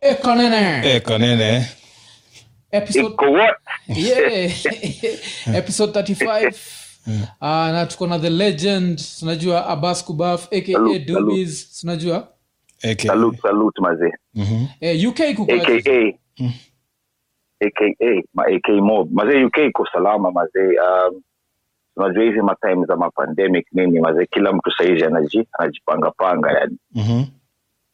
Eko nene Eko nene. eh, episode iko what yeah. episode 35 uh, na tuko na the legend tunajua abbas kubaf aka Salute, dubis tunajua Eke. salute salute mazee Eh, Mhm. eh, uk kukoaje aka aka ma ak mob mazee uk iko salama mazee um, unajua hizi matime za mapandemic nini mazee kila mtu sahizi anaji anajipangapanga yani Mhm.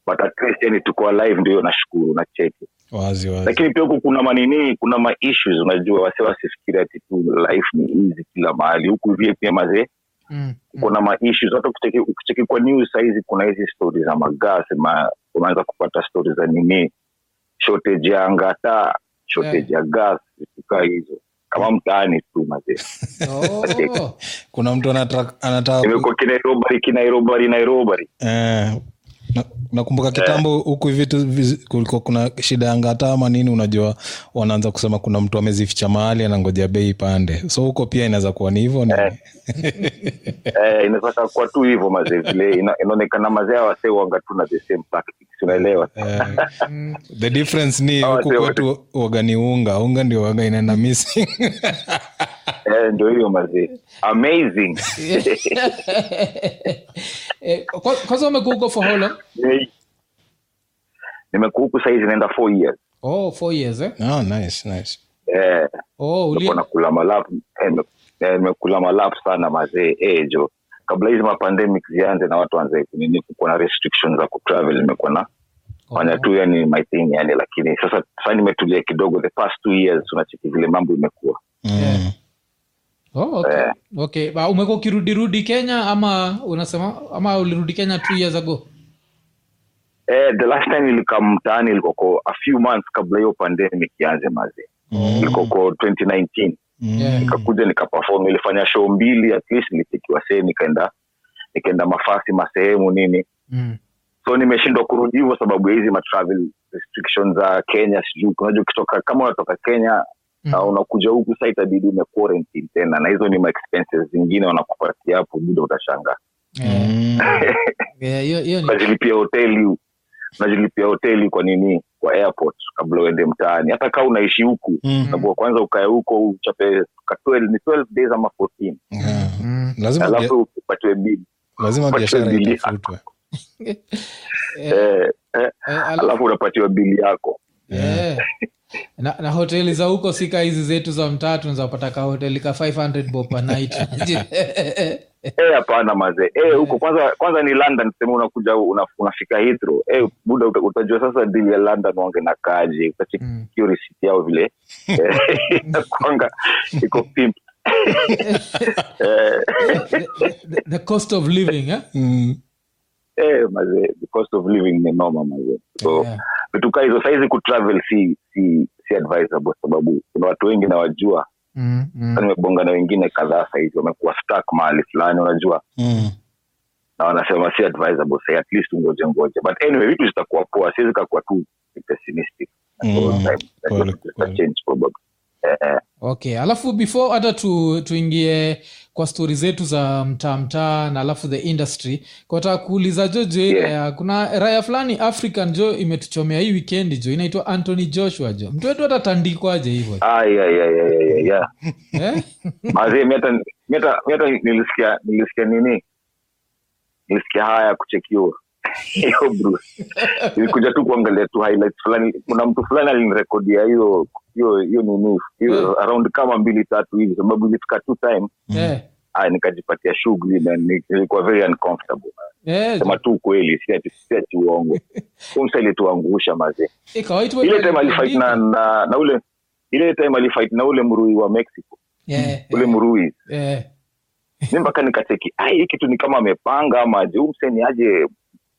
but at least yani tuko alive ndio nashukuru na cheki Wazi wazi. lakini pia huku kuna manini kuna ma issues unajua wase wasifikiri ati tu life ni easy kila mahali huku vile pia mazee Mm, mm. kuna ma issues hata ukicheki- ukicheki kwa news sahizi kuna hizi stori za magasi ma, unaanza kupata stori za nini shortage ya ngata shortage ya gas vitu kaa hizo kama mtaani tu mazee Oh. Kuna mtu anatra- anataka ku- imekuwa kinairobari kinairobari nairobari Eh, na- nakumbuka kitambo Eh. huku hivi tu viz- kulikuwa kuna shida ya ngata ama nini unajua wanaanza kusema kuna mtu amezificha mahali anangoja bei ipande so huko pia inaweza kuwa ni hivyo ni eh, inaweza kuwa tu hivyo mazee vile ina- inaonekana mazee awasee wanga tu na the same tactics unaelewa eh, the difference ni Hawa huku sio kwetu waga ni unga unga ndio waga inaenda missing eh, ndio hiyo mazee amazing Eh, kwa- kwanza umekuwa huko for how long nimekuhuku sahizi naenda four years oh four years eh? oh, nice nice eh, oh nilikuwa ulie nakula malapu eh, me- eh, nimekula malapu sana mazee eh, jo kabla hizi mapandemic zianze na watu wanze kunini kukuwa na restrictions za kutravel imekuwa na fanya tu yani my thing yani lakini sasa sasa nimetulia kidogo the past two years unacheki vile mambo imekuwa mm. oh, okay. okay Ba, umekuwa ukirudirudi kenya ama unasema ama ulirudi kenya two years ago eh, the last time nilika mtaani ilikoko a few months kabla hiyo pandemic ianze mazee Mm. ilikoko 2019 Mm. Yeah. nikakuja nikaperform nilifanya show mbili at least nilitikiwa see nikaenda nikaenda mafasi masehemu nini mm. so nimeshindwa kurudi hivyo sababu ya hizi matravel restrictions za kenya sijui unajua ukitoka kama unatoka kenya Mm. mm. uh, unakuja huku sa itabidi ume quarantine tena na hizo ni ma expenses zingine wanakupatia hapo muda utashangaa Eh, Mm. eh, hiyo- hiyo ni unajilipia hoteli unajilipia hoteli kwa nini kwa airport kabla uende mtaani hata kaa unaishi huku Mm. mm. kwanza ukae huko uchape ka 12 ni 12 days ama 14 Yeah. Mm. lazima bia- alafu upatiwe bili lazima Kwa biashara shughuli. itafutwe Eh, eh, eh, eh, ala- alafu unapatiwa bili yako eh. na, na hoteli za huko sika hizi zetu za mtatu unazapata ka hoteli ka 500 bob per night Eh, hapana mazee Eh, huko kwanza kwanza ni london sema unakuja una, unafika hitro Eh, muda uta- utajua sasa dili ya london wange na kaji utacheki Mm. receipt yao vile kwanga iko pimp eh, the, the, the cost of living eh? Mm. eh, mazee the cost of living ni noma mazee so Yeah. vitu kaa hizo sahizi kutravel si si si advisable sababu kuna watu wengi nawajua mm, mm. mm. nimebonga na wengine kadhaa sahizi wamekuwa stuck mahali fulani unajua Mm. na wanasema si advisable say at least ungoje ngoje but anyway vitu zitakuwa poa siwezi kakuwa tu pessimistic Mm. All time. Kweli, Najua zita kweli. change probably. Eh, eh. okay alafu before hata tu, tuingie kwa stori zetu za mtaa mtaa na alafu the industry kwata kuuliza jo jo Yeah. eh, kuna raya fulani african jo imetuchomea hii wikendi jo inaitwa anthony joshua jo mtu wetu atatandikwaje hivyo Ai, ai, ai, ai, ai, ai, yeah. eh? Mazee, mi hata- mi hata- mi hata nilisikia nilisikia nini nilisikia haya kuchekiwa hiyo Bruce. nilikuja tu kuangalia tu highlights fulani kuna mtu fulani alinirekodia hiyo hiyo hiyo nini hiyo around kama mbili tatu hivi sababu ilifika two time Eh, ah, nikajipatia shughuli na ni- nilikuwa very uncomfortable eh, jo. sema tu ukweli si ati- si ati uongo umsa ilituangusha mazee Eh, kawaiti watu ile time walitandika. alifight na, na, na ule ile time alifight na ule mrui wa mexico Eh, ule mrui eh, mi mpaka nikacheki ai hii kitu ni kama amepanga ama aje umse ni aje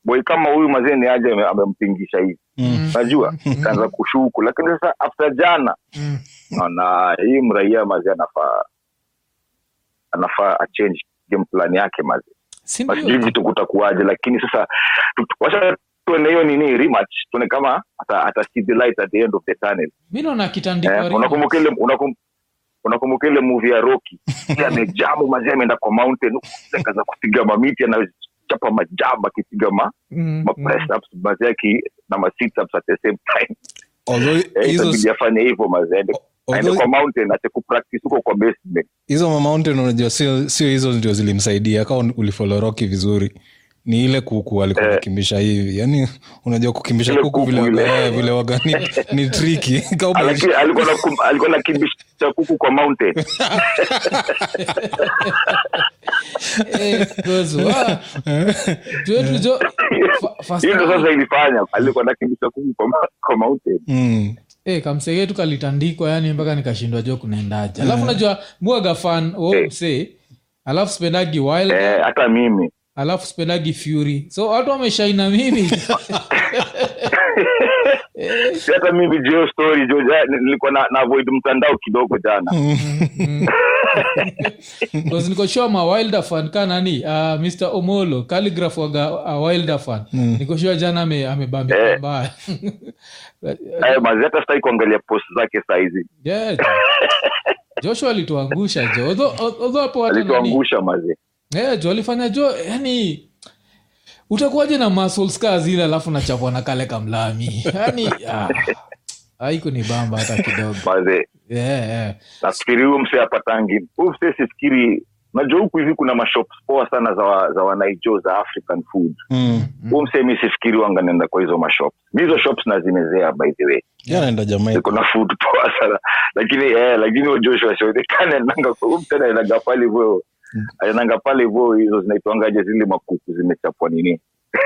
boy kama huyu mazee ni aje ame- amempingisha hivi Mm. najua kaanza kushuku lakini sasa after jana mm. naona hii mraia mazee anafaa anafaa achange game plan yake mazee Si Na ndio? sijui vitu kutakuwaje lakini sasa tu- tu- wacha tuone hiyo nini rematch tuone kama ata, ata see the light at the end of the tunnel mi naona akitandikwa eh, ringi. unakumbuka ile unakum, unakumbuka ile movie ya Rocky Yeye amejamu mazee ameenda kwa mountain huku, akaanza kupiga mamiti ana akichapa majab akipiga ma, Mm, ma mm. press ups mazi aki na ma sit ups at the same time Although Eh, hizo itabidi afanye hivyo mazi aende aende although- kwa mountain ache kupractice huko kwa basement hizo ma mountain unajua sio sio hizo ndio zilimsaidia kama ulifolo roki vizuri ni ile kuku alikuwa Eh. akimbisha hivi yani unajua kukimbisha Ile kuku kuku vile ile. waga- eh, vile waga ni, ni triki kama Alaki- alikuwa nakum- alikuwa nakimbisha kuku kwa mountain Eh, gozo. Ah. Eh. Tuetu jo- fa- first hiyo ndo sasa ilifanya alikuwa nakimbisha kuku kwa, ma- kwa mountain mm, Eh, kamsegetu kalitandikwa yani mpaka nikashindwa jo kunaendaje alafu najua mwaga fan wo Mm. Eh. msee alafu spendagi wild eh, hata mimi alafu spendagi fury so watu wameshaina mimi Eh. Si hata mimi jo story jo ja- nilikuwa na, na avoid mtandao kidogo jana Mm. Because niko sure ma wilder fan ka nani ah, mr omolo calligraph waga uh, wilder fan niko sure jana ame- amebambika Mm. Eh. mbaya eh, mazi hata sitaki kuangalia post zake saizi Yeah. joshua alituangusha jo Although- although hapo hata nani- alituangusha mazi Eh, jo alifanya jo yani utakuwaje na muscles kaa zile alafu nachapwa na kale kamlami yani ah, haikunibamba hata kidogo mazi yeah, yeah. nafikiri huyo mse apatangi huyu mse sifikiri najua huku hivi kuna mashop poa sana za, wa, za wanaijo za african food mm. huyu mse mi sifikiri wanga naenda kwa hizo mashop mi hizo shops nazimezea by the way yeah. naenda Jamaica. ziko na food poa sana lakini eh, lakini huyo joshua sionekane nanga tena inaga pale hivyo ananga pale hivyo hizo zinaitwangaje zile makuku zimechapwa nini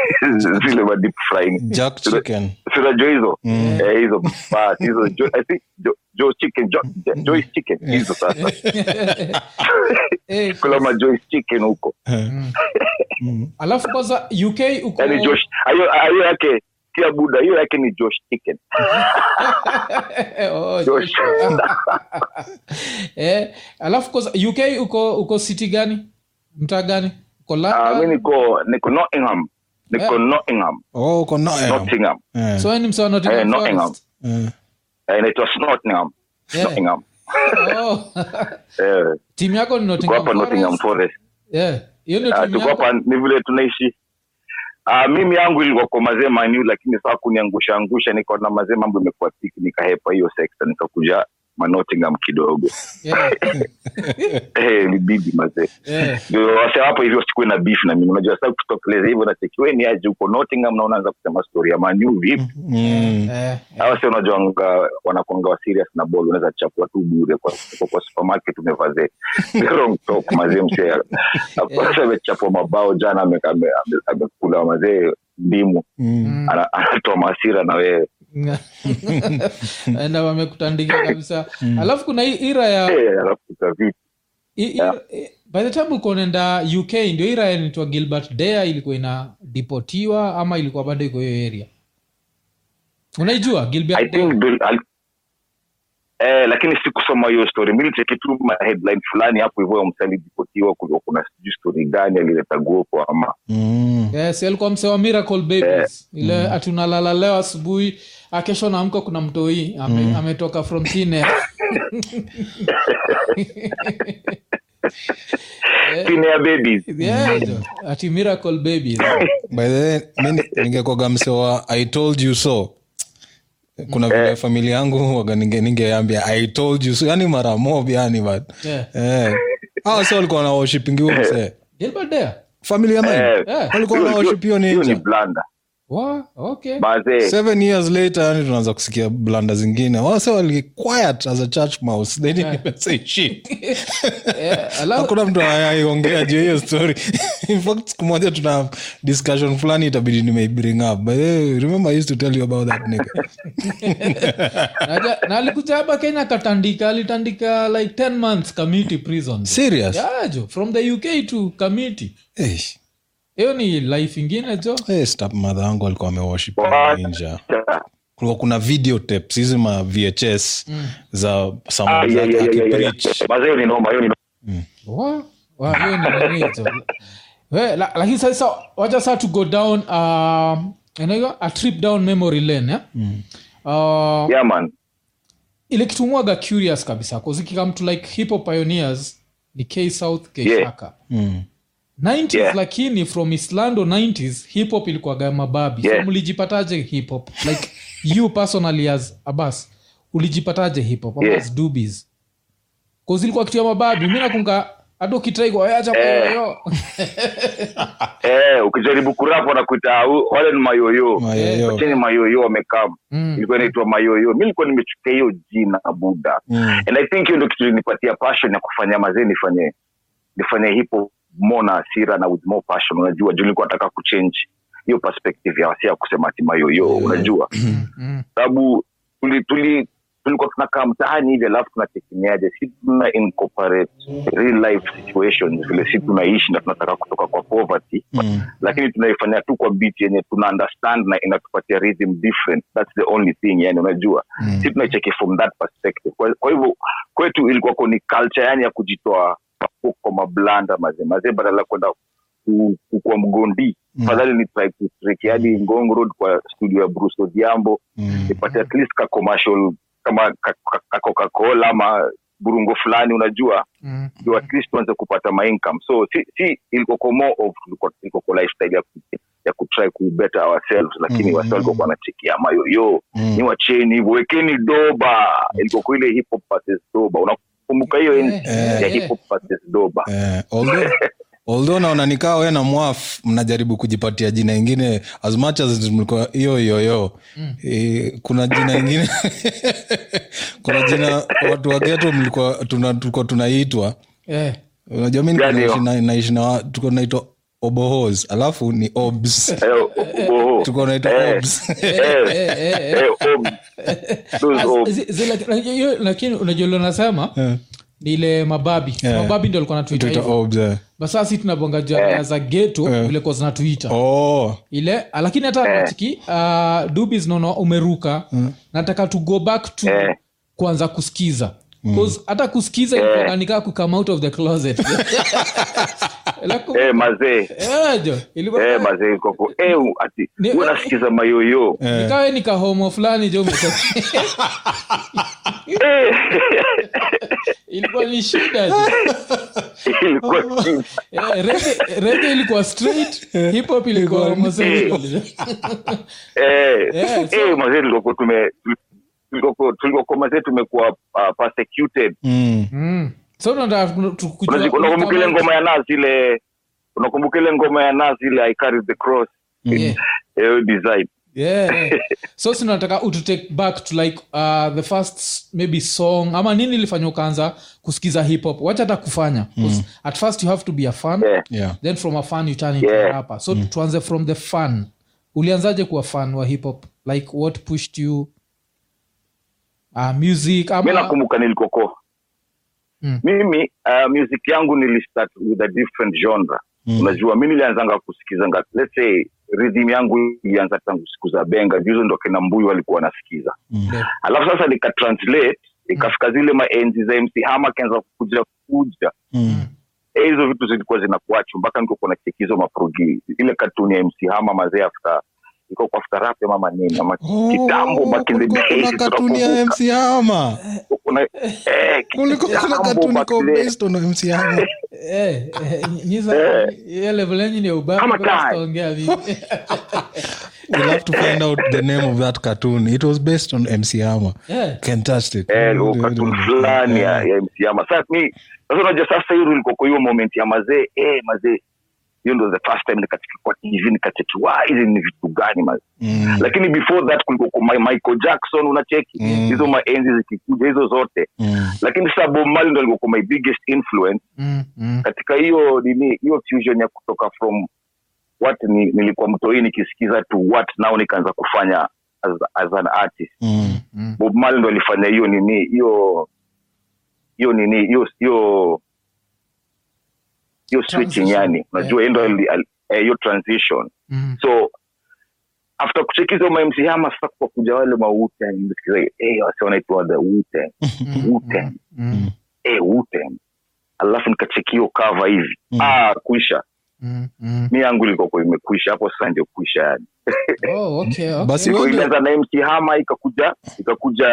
zile ma deep frying Jack chicken sinajua hizo eh, hizo bas hizo jo- I think jo- jo chicken jo- joyce chicken hizo sasa Eh, kula ma joyce chicken huko alafu kwanza uk uko yani josh hiyo hiyo yake tia buda hiyo yake ni josh chicken Oh, josh eh, alafu kwanza uk uko uko city gani mtaa gani uko Ah, mi London? niko niko nottingham niko nottingham oh uko Nottingham. nottingham Eh, so yani msee wa Eh, Nottingham Nottingham. Forest? eh. Eh, inaitwa Snottingham. Yeah. Snottingham. Oh. Eh, timu yako ni tuko Nottingham hapa Nottingham Forest? Forest. Yeah. hiyo ndio Ah, timu tuko yako hapa ni vile tunaishi Ah, mimi yangu ilikuwa kwa mazee maniu lakini saa kuniangusha angusha niko na mazee mambo imekuwa tiki nikahepa hiyo sekta nikakuja manotingham kidogo Yeah. Eh, ilibidi mazee Yeah. ndio wase hapo hivyo sikuwe na beef na mimi unajua sasa kutokeleza hivyo nachekiweni aje huko nottingham na unaanza kusema story ya maniu vipi Mm. Eh. hawa si unajuanga wanakuanga wa serious na bol unaweza chapua tu bure kwa, kwa, kwa supermarket umevazee wrong talk mazee msee Kwanza amechapua mabao jana ame- ame- ame- amekula mazee ndimu Mm. Ana- anatoa maasira na wewe na wamekutandika kabisa alafu kuna hii ira Oh. ya Eh, alafu za vipi hii ira- eh, by the time ulikuwa unaenda uk ndio ira inaitwa gilbert dea ilikuwa inadipotiwa ama ilikuwa bado iko hiyo area unaijua i gilbert think Bill- al- eh, lakini sikusoma hiyo story mi nicheki tu ma- headline fulani hapo hivyo msalidipotiwa kulikuwa kuna sijui story gani alileta gopo ama Mm. yes alikuwa msee wa miracle babies ile atunalala leo asubuhi akesho naamka kuna mtoi ame, ametoka from thin air. Eh. tinea babies yeah, eh, jo. ati miracle babies by the way mi ningekwaga msewa i told you so Eh. kuna vile familia yangu waga ninge- ningeambia i told you so yani mara mob yani but yeah. eh hawa sio walikuwa na worshipingiwa mse gilbert dea familia mine Eh, walikuwa hiyo- na worship hiyo hiyo ni eh. ninja blanda wa okay mazee seven years later yani tunaanza kusikia blanda zingine wase wali quiet as a church mouse they didn't even say shit Eh, alafu hakuna mtu anaiongea juu ya hiyo story in fact siku moja tuna discussion fulani itabidi nimeibring up but hey, remember I used to tell you about that nigga naja- na alikuja hapa kenya akatandika alitandika like 10 months committee prison serious Yeah, jo from the uk to committee hey, hiyo ni life ingine jo hey, Eh, stop mother wangu alikuwa ameworship What? ninja Ah, kulikuwa kuna video tapes hizi ma vhs za Ah, samuel yeah, zake yeah, yeah, yeah, yeah. akipreach Mazee, hiyo ni noma hiyo ni noma. Wa- wa- hiyo ni nini jo We, la- lakini sasa wacha saa to go down um, inaitwa a trip down memory lane eh? Uh, Yeah, man. ile kitumwaga curious kabisa kuzikika mtu like hip hop pioneers ni k south k Yeah. shaka 90s Yeah. lakini from islando 90s hip hop ilikuwaga mababi Yeah. so mlijipataje hip hop like you personally as abas ulijipataje hip hop abas Yeah. yeah. dubis cause ilikuwa kitu ya mababi mi nakunga hata ukitaikwaacha Eh. eh, ukijaribu kurap wanakuita "Au- wale ni uh, mayoyo mayoyo chini mayoyo wamekam Mm. ilikuwa inaitwa mayoyo mi ilikuwa nimechukia hiyo jina buda Mm. and i think hiyo ndio kitu ilinipatia passion ya kufanya mazee nifanye nifanye hipo more na hasira na with more passion unajua juu nilikuwa nataka kuchange hiyo perspective ya wasia kusema ati mayoyo Yeah. unajua mm. sababu tuli, tuli, tulikuwa tunakaa mtaani hivi alafu tunatekemeaje si tuna incorporate real life situations vile si tunaishi na tunataka kutoka kwa poverty Mm. lakini tunaifanya tu kwa beat yenye tuna understand na inatupatia rhythm different that's the only thing yani unajua Mm. si tunaicheki from that perspective kwa, kwa hivyo kwetu ilikuwa ni culture yani ya kujitoa kwa mablanda mazee mazee badala ya kwenda ku- kukuwa mgondi Mm. fadhali ni try kutreki hadi ngong road kwa studio ya bruce odhiambo Mm. nipate at least ka commercial kama ka, ka, ka coca cola ama burungo fulani unajua mm. ndio at least tuanze kupata maincome so si, si ilikuwa kwa more of ilikuwa- ilikuwa kwa lifestyle ya, ku- ya kutry kubeta ourselves lakini Mm. mm. wasi walikuwa wanachekia mayoyo Mm. ni wacheni hivyo wekeni doba ilikuwa kwa ile hip hop versus doba unakumbuka hiyo enzi Eh, ya eh. hip hop versus doba Eh, although- although naona nikaa we na mwaf mnajaribu kujipatia jina ingine as much as mlikuwa hiyo yoyo e, kuna jina ingine kuna jina watu wagetu mlikuwa tuna- tulikuwa tunaitwa eh. unajua mi nilikuwa Gani hiyo? naishi na- naishi na wa- tulikuwa tunaitwa obohos alafu ni obs Eh, oho. tulikuwa tunaitwa Eh, obs eh, eh, eh, eh. eh, ob- those As- ob- zi- zi- laki- laki- yo- lakini unajua leo nasema Eh, ni ile mababi Yeah. mababi ndio alikuwa natuita tunaitwa hivyo obs eh. basasi tunabonga jabea za geto Eh. vile kwa zinatuita oh ile ah, lakini hata Eh. nachiki uh, dubis naona umeruka Hmm. nataka to go back to Eh. kwanza kusikiza Hmm. 'Cause hata kusikiza ilikuwa nikaa ku come out of the closet Eh, Ila ku- eh, mazee Eh, jo, ilikuwa- eh, mazee ilikuwa kwa- eh, ati Ni- wewe unasikiza mayoyo Eh. nikawe nika homo fulani jo umetoka. Eh, ilikuwa ni shida jo. ilikuwa shida. Eh, rege- rege ilikuwa straight Eh. hip hop ilikuwa homosexual jo. Eh, Yeah, so- eh, mazee tulikuwa tume tulikuwa- tulikuwa mazee tumekuwa uh, persecuted mm. Mm. so tunataka tu- tu- kujua- Unazi- unakumbuka ile ngoma ya nazi ile unakumbuka ile ngoma ya nazi ile I carry the cross Hmm. Yeah. eh, design Yeah, yeah. so sinataka utu take back to like uh, the first s- maybe song ama nini ilifanya ukaanza kusikiza hip hop wacha hata kufanya 'Cause at first you have to be a fan Hmm. yeah. yeah. then from a fan you turn into Yeah. Hmm. a rapper so tuanze from the fan ulianzaje kuwa fan wa hip hop like what pushed you uh, music mi ama nakumbuka nilikoko Hmm. Mm. mimi uh, music yangu nilistart with a different genre Mm. unajua mi nilianzanga kusikizanga let's say rhythm yangu ilianza tangu siku za benga juzo ndo kina mbuyu walikuwa wanasikiza Mm. alafu sasa nika translate ikafika Hmm. zile maenzi za mc hama akaanza kuja kuja Mm. Eh, hizo vitu zilikuwa zinakuachu mpaka niko na chekizo maprogi ile katuni ya mc hama mazee afta iko kwa after rap ama nini ama Oh, kitambo back in the kulikuwa days, kuna katuni ya tunakumbuka. mc hama Kuna- eh, kulikuwa kuna kitambo katuni back iko then. based on mc hama eh, eh, nyiza Eh. hiyo level yenyu ni ya ubavu, Kama bora tai. sitaongea mimi. Eh. we'll have to find out the name of that cartoon. It was based on MC Hammer. Yeah. Can touch it. Eh, ukatuni fulani ya ya MC Hammer. Sasa mi- sasa unajua sasa hiyo ilikuwa kwa hiyo moment ya mazee eh, mazee hiyo ndo the first time nikacheki kwa tv nikacheki wa "Ah, hizi ni vitu gani mazee Mm, lakini before that kulikuwa kwa Mi- michael jackson unacheki Mm. hizo maenzi zikikuja hizo zote mm, lakini sasa bob marley ndo alikuwa my biggest influence Mm, mm. katika hiyo nini hiyo fusion ya kutoka from what ni, nilikuwa mtoi nikisikiza to what now nikaanza kufanya as, as an artist mm, bob marley ndo alifanya hiyo nini hiyo hiyo nini hiyo hiyo hiyo switching Transition. yani unajua yeah. ndo ali- ali- eh, hiyo transition Mm. so after kuchekiza mamc hama sasa kwa kuja wale mawutangsikiza hey, wase eh, wanaitwa the wutang Eh, wutang Mm. hey, wutang alafu nikacheki hiyo kava hivi Mm. ah kuisha Mm, mm. mi yangu ilikoko imekwisha hapo sasa ndio kuisha yani Oh, okay, okay. Basi- wewe ndio- ilianza na mc hama ikakuja ikakuja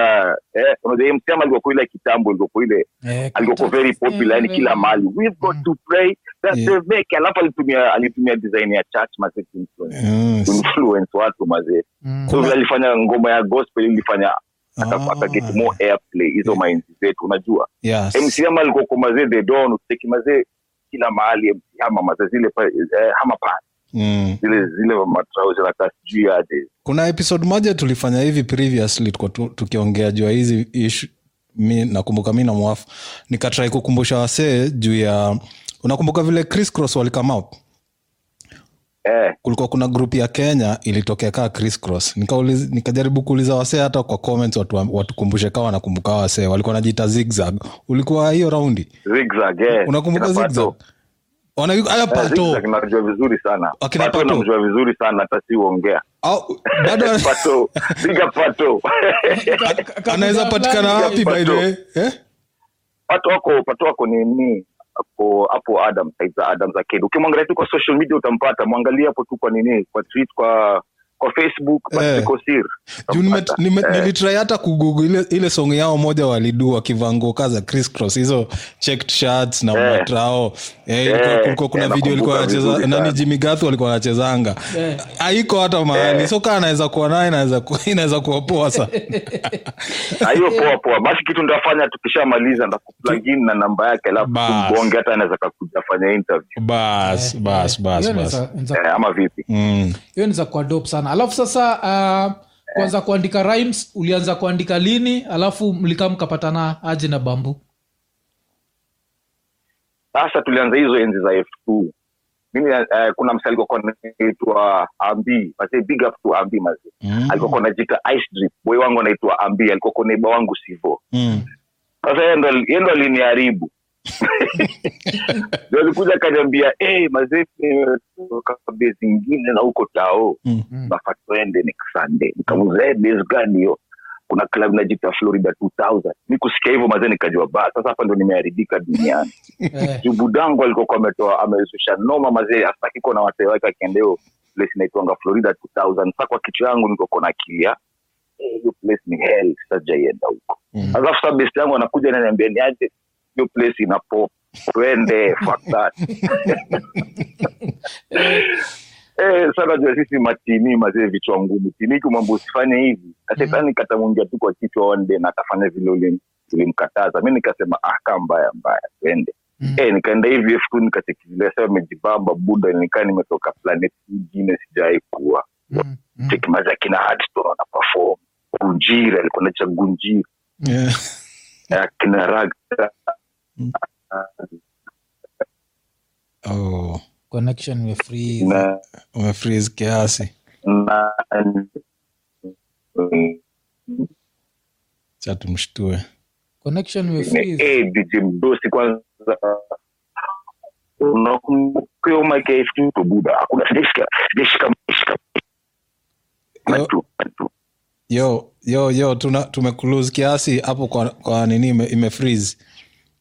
eh, unajua mc hama ilikoko ile kitambo ilikoko ile Eh, alikuwa kata- very popular yani eh, kila mahali we've got to play that's Yeah. the make alafu alitumia alitumia design ya church mazee influence Yes. influence watu mazee Mm. so vile alifanya ngoma ya gospel ilifanya Ah. akaget more airplay hizo mainzi zetu unajua Yes. MC Hama alikuwa kwa mazee the don uteki mazee kila mahali MC Hama mazee zile pa, eh, hama pa Mm. zile zile matrauza na sijui aje kuna episode moja tulifanya hivi previously tulikuwa tu- tukiongea juu ya hizi ishu mi nakumbuka mi na mwafu nikatrai kukumbusha wasee juu ya unakumbuka vile chris cross walikama up eh kulikuwa kuna grup ya kenya ilitokea kaa chris cross Nikauliz, nikajaribu kuuliza wasee hata kwa comments watu, watukumbushe kaa wanakumbuka wasee walikuwa najiita zigzag ulikuwa hiyo raundi zigzag eh unakumbuka Kina Pato. zigzag Wana- aya Eh, pato Zigzag najua vizuri sana Akina Pato. namjua vizuri sana hata siuongea Au- bado pato piga pato Ka- ka- ka- anaweza patikana fulani- wapi by the way eh? pato wako pato wako nini hapo hapo adam saiza adam za kedu ukimwangalia tu kwa social media utampata mwangalia hapo tu kwa nini kwa tweet kwa kwa facebook Eh. Patrick Osir Juu nime- utampata. nime- Eh. nilitry hata kugugu ile, ile song yao moja walidua kivango kaza Chris Cross hizo checked shirts na Eh. matrao eh, Eh, ilikuwa- kulikuwa kuna eh, video ilikuwa nakumbuka anacheza vizuri nani sana. Jimmy Gath walikuwa wanachezanga Eh. haiko hata Eh. mahali so kaa anaweza kuwa naye inaweza ku- inaweza kuwa poa sana Ah, hiyo poa poa basi kitu nitafanya tukishamaliza ndakuplugin na namba yake alafu Bas. tumbonge hata anaweza kakuja fanya interview bas bas bas Hiyo ni bas za- ni za- eh, ama vipi Mm. hiyo ni za kwa dope sana alafu sasa uh, kuanza kuandika rhymes ulianza kuandika lini alafu mlikaa mkapatana aje na bambu sasa tulianza hizo enzi za f2 mimi eh, kuna msa alikokuwa naitwa ambi mazee big up to ambi mazee Mm. alikokuwa najiita ice drip boy wangu anaitwa ambi alikokuwa neiba wangu sivo Mm. sasa yeye ndo yeye ndo aliniharibu Ndio alikuja akaniambia hey, mazee kabe zingine na huko tao Mm. bafaa tuende next sunday nikamuza hey, base gani hiyo kuna club najita florida 2000 mi kusikia hivyo mazee nikajua ba sasa hapa ndo nimeharibika duniani eh, jubudangu alikokuwa ametoa amezusha noma mazee astakiko na wasee wake akiendeo place inaitwanga florida 2000 sa kwa kichwa yangu nikokuwa na akilia "Eh, hiyo place ni hell sijaienda huko Mm. alafu sa best yangu anakuja naniambia niaje hiyo place ina pop twende fuck that Eh, sana jua sisi matini mazee vichwa ngumu tiniki mambo usifanye hivi kashetani katamwingia tu kwa kichwa one day na atafanya vile ulim- ulimkataza mi nikasema ah kaa mbaya mbaya twende Mm. eh, nikaenda hivi f nikatekelea sa amejibamba buda nikaa nimetoka planet ingine sijawai kuwa mm, mm. tekimazi akina Hardstone wana perform gunjira alikuwa eh, nacha gunjira Yeah. akina raga Oh, connection iwe free na, umefreeze kiasi na cha tumshtue connection iwe ni free eh, DJ Mdosi kwanza unakumbuka hiyo mic ya F2 to buda hakuna sijaishika sijaishika sijaishika Yo. tu tu yo yo yo tuna- tumekulose kiasi hapo kwa, kwa nini ime, imefreeze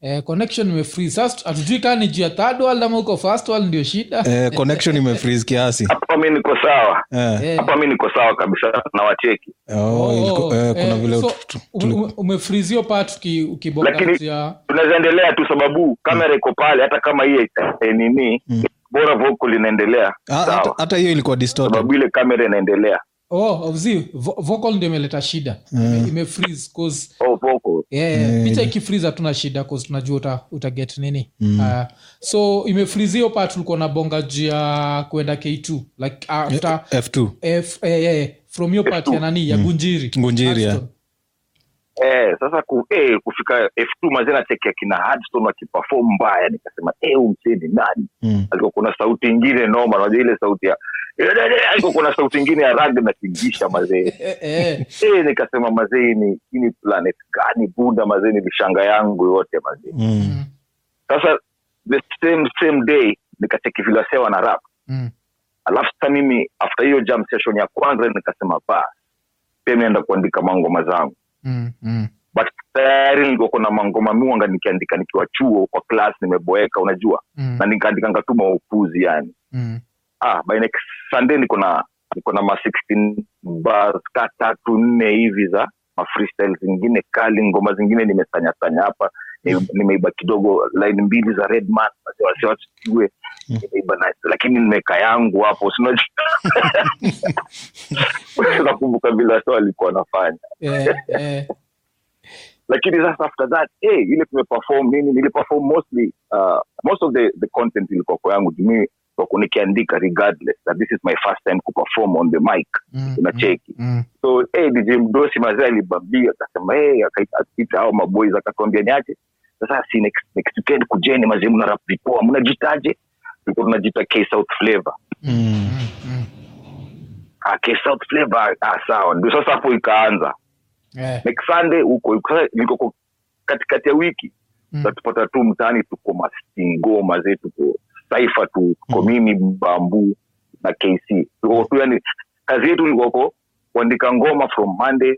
eh, connection iwe free sasa hatujui kaa ni juu ya third world ama uko first world ndio shida eh, connection imefreeze kiasi hapa mi niko sawa eh. Eh, hapa mi niko sawa kabisa na wacheki oh, oh, iliko- eh, kuna eh, vile so, utu- tu- ume- ume- umefrizio part uki- Lakini- ukibongatia tunazaendelea tu sababu Mm. kamera iko pale hata kama hii eh, nini bora vocal inaendelea Ah, hata- sawa hata hiyo ilikuwa distorted sababu ile kamera inaendelea oh, obzi vo- vocal ndio imeleta shida ime, ime freeze cause oh vocal yeah, yeah. picha ikifriz hatuna shida 'cause tunajua uta, utaget nini mm. uh, so imefriz hiyo part ulikuwa na bonga juu ya kuenda k2 like after f2 F, eh, Mm. eh, from hiyo part ya nani ya gunjiri Gunjiri, Ashton. Eh, sasa ku, eh, kufika F2 mazee nacheki akina Hardstone wakiperform mbaya, nikasema eh, huyu mzee ni nani? Mm. Alikuwa kuna sauti ingine noma, unajua ile sauti ya eh, alikuwa kuna sauti ingine ya rag na kingisha mazee eh, eh, eh, nikasema mazee, hii ni hii ni planet gani bunda mazee, ni vishanga yangu yote mazee. mm. Sasa the same same day nikacheki vile wasee wana rap mm. alafu sasa mimi after hiyo jam session ya kwanza nikasema ba pia mienda kuandika mangoma zangu Mm, mm. but tayari nilikuwa na mangoma miwanga nikiandika nikiwa chuo kwa class nimeboeka unajua Mm. na nikaandikanga tu maupuzi yani Mm. ah, by next sunday niko na niko na ma 16 bars ka tatu nne hivi za ma freestyle zingine kali ngoma zingine nimesanyasanya hapa ni- nimeiba kidogo line mbili za redman wasiwasiwe nimeiba na lakini nimeka yangu hapo sinajua nakumbuka vile wase walikuwa wanafanya Eh, eh, lakini sasa after that hey, ile tumeperform mimi niliperform mostly uh, most of the, the content ilikuwa kwa yangu juu mimi wako nikiandika regardless that this is my first time kuperform on the mic Mm, unacheki mm. so hey, dj mdosi mazee alibambia akasema hey, akaita- akaita hao maboys akatuambia niaje sasa si next, next weekend kujeni mazee mna rap vipoa mnajitaje tulikuwa tunajita k south flavor mm, ah, k south flavor ah, sawa ndio sasa hapo ikaanza Eh, next sunday huko huko- niko kwa- katikati ya wiki Mm. tatupata tu mtaani tuko masingoma zetu tuko saifa tu Mm. tuko mimi bambu na kc tuko tu yani kazi yetu ilikuwa ko kuandika ngoma from monday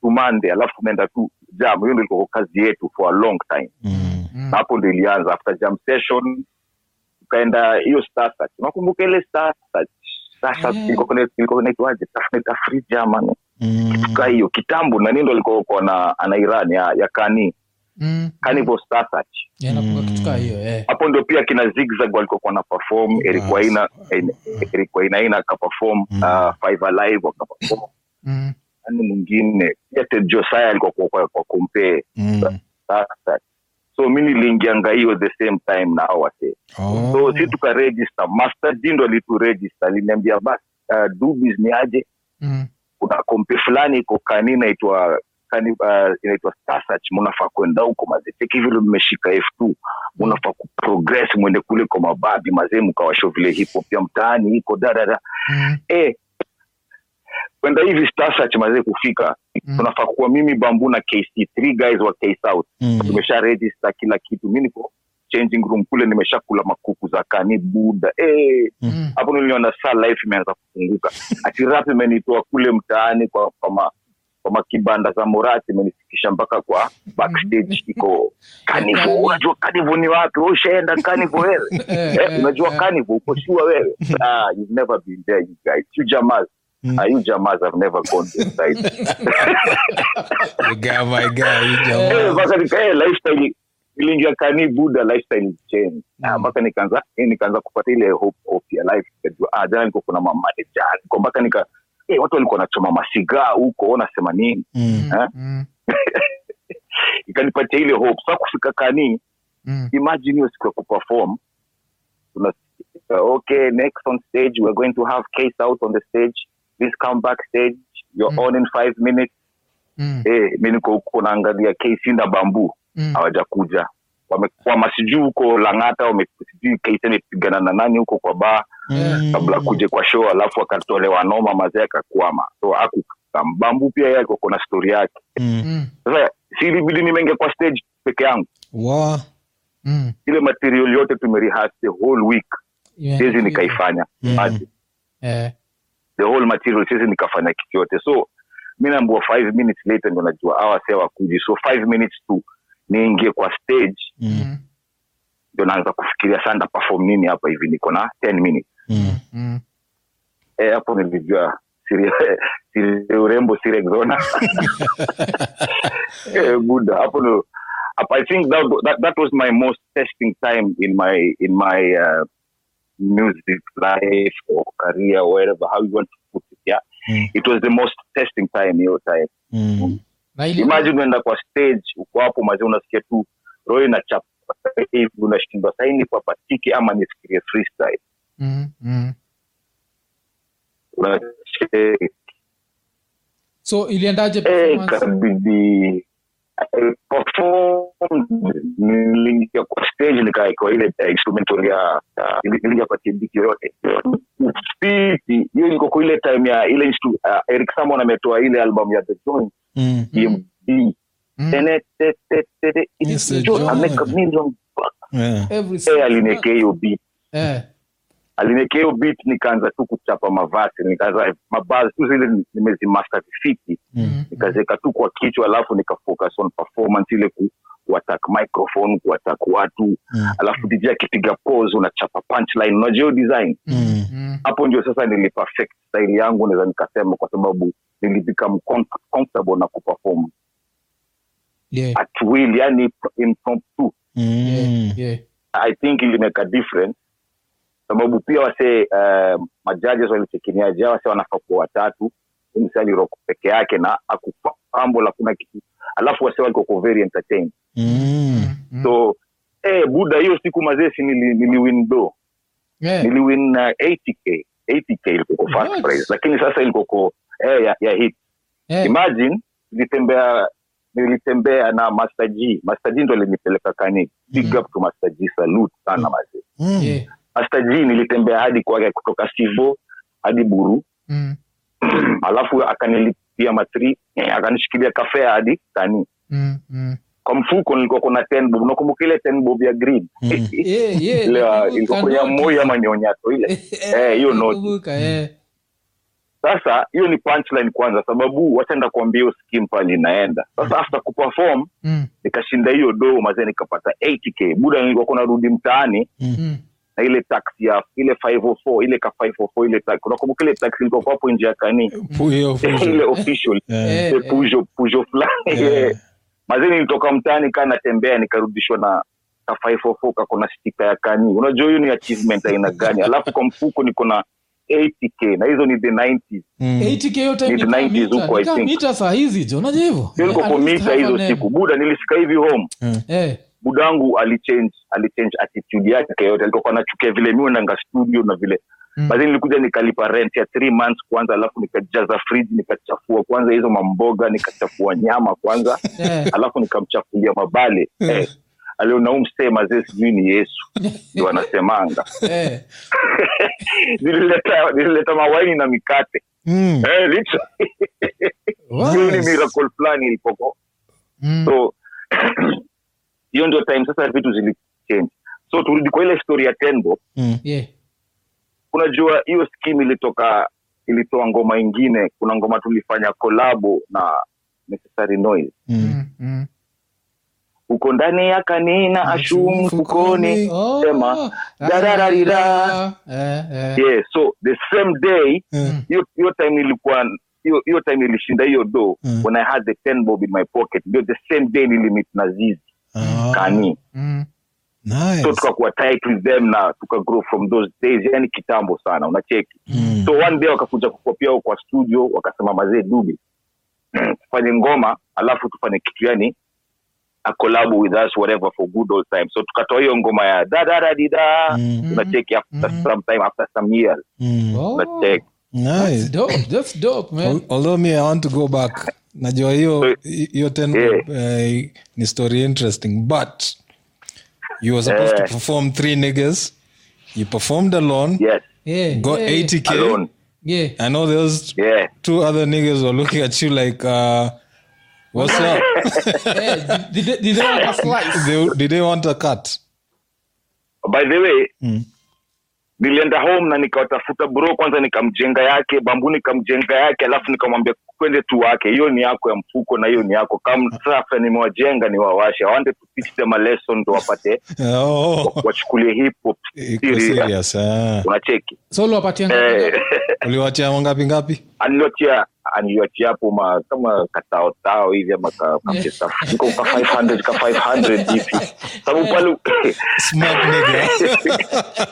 to monday alafu tunaenda tu jam hiyo ndio ilikuwa kazi yetu for a long time mm. na hapo ndio ilianza after jam session tukaenda hiyo Star Search. unakumbuka ile Star Search? Star Search Eh. ilikuwa kuna- ilikuwa inaitwaje Star- inaitwa free jam ama mm, ka hiyo kitambo nani ndo alikuwa uko na ana Iran ya, ya kani Mm. Carnival Star Search. Yeah, nakumbuka kitu kaa hiyo eh. hapo ndio pia kina zigzag walikuwa na perform Eric Waina Eric Waina ina aka perform uh, Five Alive waka perform Mm. nani mwingine pia Ted Josiah alikuwa kwa kwa, kwa compare mm. Star Search. so mimi niliingianga hiyo the same time na hao wase Oh, so si tukaregister Master D ndo alituregister aliniambia basi uh, dubis ni aje Mm. kuna kompi fulani iko kani inaitwa kani uh, inaitwa Star Search, mnafaa kwenda huko mazee, cheki vile mmeshika F2, mnafaa kuprogress mwende kule kwa mababi mazee, mkawasho vile hip hop ya mtaani iko dadada Mm. eh kwenda hivi Star Search mazee kufika Mm. tunafaa kuwa mimi Bambu na KC three guys wa K South mm. tumesha register kila kitu, mimi niko changing room kule, nimeshakula makuku za kani buda eh Mm. hapo ndo niliona saa life imeanza kufunguka ati rap imenitoa kule mtaani kwa kwa ma, kwa makibanda za morati imenifikisha mpaka kwa backstage iko kanivo unajua kanivo ni wapi Wewe ushaenda kanivo wewe Eh, eh, unajua kanivo uko sure wewe ah, you've never been there you guys you jamas Ah, you jamas have never gone to side Eh, mpaka nika- eh, lifestyle iliingia kani buda lifestyle change Ah, mpaka nikaanza eh, nikaanza kupata ile hope hope ya life nikajua ah jana niko kuna mamaneja niko mpaka nika eh, watu walikuwa wanachoma masigaa huko wanasema nini eh? Mm. ikanipatia ile hope sasa kufika kani Mm. imagine hiyo siku ya kuperform tuna uh, okay next on stage we're going to have case out on the stage please come back stage you're on in five minutes Mm. eh, mi niko huko naangalia kc na bambu Mm. hawajakuja wamekwama sijui huko langata wame- sijui kc amepigana na nani huko kwa baa mm, kabla kuje kwa show alafu akatolewa noma mazee akakwama so akukam bambu pia yeye alikuwa kuna stori yake Mm. sasa si ilibidi nimenge kwa stage peke yangu Mm. ile material yote tumerehas the whole week Yeah. siwezi nikaifanya Ati, Eh. the whole material siwezi nikafanya kitu yote so mi naambua five minutes later ndo najua awa se wakuji so five minutes tu niingie kwa stage Mm. ndio naanza kufikiria sana perform nini hapa hivi niko na 10 minutes Mm. Eh, hapo nilijua siri siri- urembo sirexona buda hapo ndo hapo i think that, that, that was my most testing time in my in my uh, music life or career or whatever how you want to put it yeah Mm. it was the most testing time hiyo time Na ile- imagine unaenda kwa stage uko hapo mazee unasikia tu roho inachapa hivi unashindwa saini papatiki ama nifikirie freestyle Mm. Mm. Unacheki, so iliendaje eh, performance? ikabidi I performed. niliingia kwa stage nikaekwa ile eh, instrumental ya eh, ya- niliingia kwa tibiki yoyote ufiti hiyo ilikuwa kwa ile time ya ile instru, ah, Eric Samon ametoa ile album ya The Joint EMD Mm. Tene- te- te- te- te- it It's is The Joint. I Joint. make a million bucks. Every Eh, single- alinekea hiyo beat Eh. aliniwekea hiyo beat nikaanza tu kuchapa mavasi nikaanza mabazi tu zile nimezimasta vifiti mm. nikaziweka tu kwa kichwa alafu nikafocus on performance ile ku kuattack microphone kuattack watu mm. alafu DJ akipiga pose unachapa punchline unajua hiyo design Mm. hapo ndio sasa niliperfect style yangu naweza nikasema kwa sababu nilibecome com- comfortable na kuperform Yeah, at will yani impromptu Mm. yeah. i think ilimeka difference sababu pia wasee uh, majajes walichekiniaji a wasee wanafaa kuwa watatu msali rock peke yake na akupambo hakuna kitu alafu wasee walikuwa kwa very entertained Mm. Mm. Mm-hmm. so eh, buda hiyo siku mazesi nili, niliwin do Yeah. niliwin uh, 80k 80k ilikuwa kwa What? first prize lakini sasa ilikuwa kwa eh, ya, ya hit Yeah. imagine nilitembea nilitembea na Master G Master G ndo alinipeleka kani big up to Master G salute sana mazee Mm. Yeah. Master G nilitembea hadi kwake kutoka Sivo hadi Buru Mm. alafu akanilipia matri eh, akanishikilia kafe hadi kani Mm. Mm. kwa mfuko nilikuwa kuna 10 bob nakumbuka ile 10 bob ya green Yeah, yeah, ile nakumbuka ilikuwa kwenye noti. moyo ama nyonyato ile Eh, eh, hiyo noti nakumbuka, eh. sasa hiyo ni punchline kwanza sababu wachanda kuambia hiyo scheme pale inaenda sasa after kuperform Mm. nikashinda hiyo doo mazee nikapata 80k buda nilikuwa kuna rudi mtaani Mm. na ile taxi ya ile 504 ile ka 504 ile taxi unakumbuka ile taxi ilikuwa kwa hapo nje ya kani Pu- hiyo fujo. ile official Eh. Eh, ile pujo pujo fulani Eh. mazee nilitoka mtaani kaa natembea nikarudishwa na ka 504 kako na stika ya kani unajua hiyo ni achievement aina gani alafu kwa mfuko niko na 80k na hizo ni the 90s Mm. 80K hiyo time Mid- ni kama 90s mita- huko, ni I kama think. mita saa hizi jo unajua hivyo hiyo nilikuwa Eh, kwa at least mita half hizo an siku hour. buda nilifika hivi home mm, Eh, budangu alichange alichange attitude yake yote alikuwa anachukia vile mi nanga studio na vile Mm. mm. basi nilikuja nikalipa rent ya three months kwanza alafu nikajaza fridge nikachafua kwanza hizo mamboga nikachafua nyama kwanza eh. alafu nikamchafulia mabale eh. alionaumsee mazee sijui ni yesu ndio wanasemanga Eh, nilileta nilileta mawaini na mikate Mm. eh, literally. what? hiyo ni miracle fulani ilipoko Mm, so hiyo ndio time sasa vitu zilichange so turudi kwa ile story ya tenbo Mm. yeah. unajua hiyo skimu ilitoka ilitoa ngoma ingine kuna ngoma tulifanya kolabo na necessary noise Mm. Mm, mm. uko ndani ya kanina ashu mfukoni Oh, sema ah, darararira. eh, eh. yeah, so the same day Mm. hiyo hiyo time ilikuwa hiyo hiyo time nilishinda hiyo do Mm. when i had the 10 bob in my pocket ndio the same day nilimit na zizi Ah, kani Mm, nice. so tukakuwa tight with them na tukagrow from those days yani kitambo sana unacheki Mm. so one day wakakuja kukopia huko kwa studio wakasema mazee dubi tufanye ngoma alafu tufanye kitu yani a collab with us whatever for good old time so tukatoa hiyo ngoma ya dadaradida Mm. unacheki after Mhm. some time after some years uh, Mm. Oh, unacheki that's Nice. dope, that's dope, man. Al- although me i want to go back najua hiyo hiyo ten eh, ni story interesting but you were supposed to Eh. perform three niggas you performed alone yes Yeah, got yeah, 80k alone yeah. i know those yeah two other niggas were looking at you like uh, what's up Eh, did- did they- did they want a slice? they, did they want a cut Oh, by the way Mm. nilienda home na nikawatafuta bro kwanza nikamjenga yake bambu nikamjenga yake alafu nikamwambia kwende tu wake hiyo ni yako ya mfuko na hiyo ni yako kama sasa nimewajenga niwawashe i wanted to teach them a lesson ndo wapate oh wachukulie hip hop iko serious Eh, serious ah. unacheki So uliwapatia ngapi? Eh, uliwachia wangapi ngapi anilotia anilotia hapo ma kama kataotao hivi ama ka- ka pesa iko ka 500 ka 500 hivi sababu pale smart nigga Eh.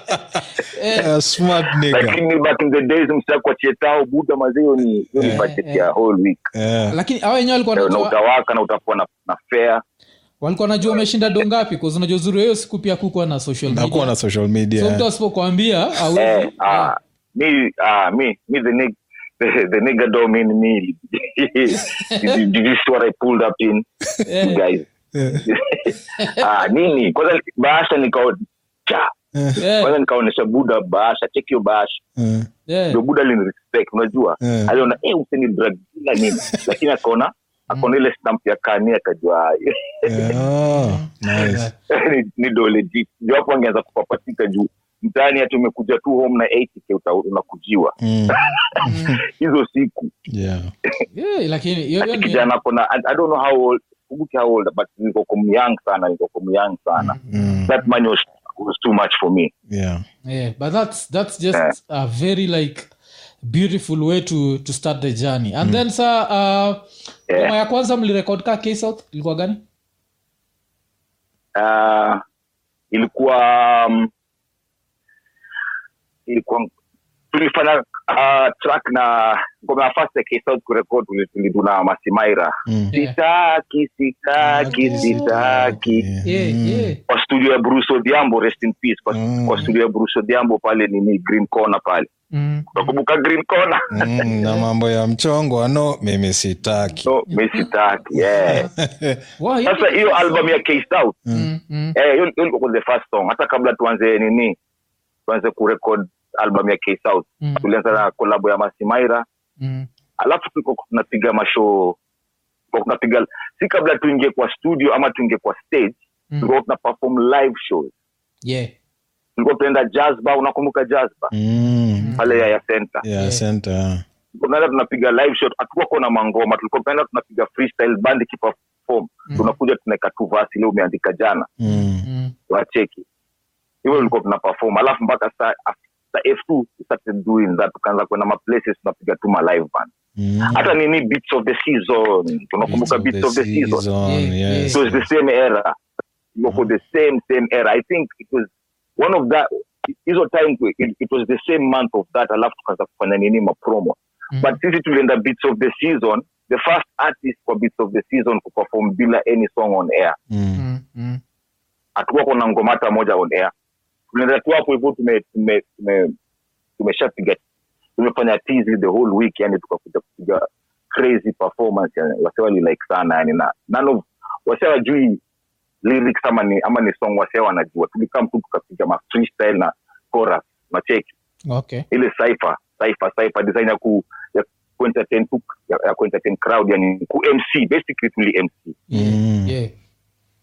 A smart nigga lakini back in the days msakuachie tao buda mazeo ni hiyo ni budget ya whole week yeah. lakini awa wenyewe walikuwa na wanajua- utawaka na utakuwa na, na fare walikuwa najua umeshinda do ngapi Kwa sababu unajua uzuri wa hiyo siku pia kukuwa na social media nakuwa na social so media mtu asipokuambia hawezi- eh, ah, mi ah, mi mi the nig the, the nigger don't mean me did, did you see what I pulled up in Eh. you guys Eh, ah, nini kwanza ni- bahasha nikao cha eh, Eh, kwanza nikaonyesha buda bahasha cheki hiyo bahasha eh. eh. ndio buda linirespect unajua Eh. aliona eh, useni drug dealer nini lakini akaona akaona ile stamp ya kani akajua "Ah, Yeah, eh. Ah, nice. ni- ni dole juu hapo angeanza kupapatika juu mtaani hati umekuja tu home na 80k uta- unakujiwa Mm. hizo siku Yeah. yeah, lakini hiyo hiyo ni kijana kona I, i don't know how old kumbuki how old but nilikuwa young sana nilikuwa young sana Mm. that money was, was too much for me Yeah. yeah, but that's that's just Yeah. a very like beautiful way to to start the journey and then sa uh, Yeah. ngoma ya kwanza mlirekod ka ksouth ilikuwa gani uh, ilikuwa um, ilikuwa tulifanya uh, track na ngoma ya first ya K-South kurekod tuli- tuliduna masimaira Mm. Yeah. sitaki sitaki Sitaki, sitaki Yeah. yeah, yeah. kwa studio ya bruce odhiambo rest in peace kwa, Mm. kwa studio ya bruce odhiambo pale nini green corner pale Mm. unakumbuka green corner Mm, na mambo ya mchongo ano mimi sitaki no mi sitaki yeah. Wow, hiyo sasa ni- hiyo album ya K-South Mm, mm. Eh, hiyo hiyo ilikuwa the first song hata kabla tuanze nini tuanze kurekod album ya K South Mm. tulianza na kolabo ya Masimaira Hmm. Mm. alafu tulikuwa tunapiga mashow tulikuwa tunapiga si kabla tuingie kwa studio ama tuingie kwa stage Mm. tulikuwa tuna perform live shows Yeah. tulikuwa tunaenda jazz bar unakumbuka jazz bar Mm. pale ya ya center Yeah, asante, ah. Tulikuwa tunaenda tunapiga live show hatukuwa kuna mangoma tulikuwa tunaenda tunapiga freestyle band ikiperform tunakuja tunaweka tu verse ile umeandika jana Mm. Mm. wacheki hivyo ilikuwa tuna perform alafu mpaka sa sa f2 we started doing that tukaanza kwenda maplaces tunapiga tu ma live band Mm. hata nini beats of the season tunakumbuka Mm-hmm. beats of the season season, Yeah, yes. it was the same era ilikuwa the same same era i think it was one of that hizo time tu- it, it was the same month of that alafu tukaanza kufanya nini mapromo Mm. but sisi tulienda beats of the season the first artist kwa beats of the season kuperform bila any song on air Mm. Mm. Mm. hatukuwa kuna ngoma hata moja on air tunaenda tu hapo hivyo tume- tume- tume- tumeshapiga tumefanya tizi the whole week yani tukakuja kupiga crazy performance yani wase walilike sana yani na none of wase wajui lyrics ama ni ama ni song wase wanajua tulikam tu tukapiga ma freestyle na chorus na check okay ile cipher cipher cipher design ya ku ya kuentertain tu ya, ya kuentertain crowd yani ku MC basically tuli MC yeah. Mm. Yeah.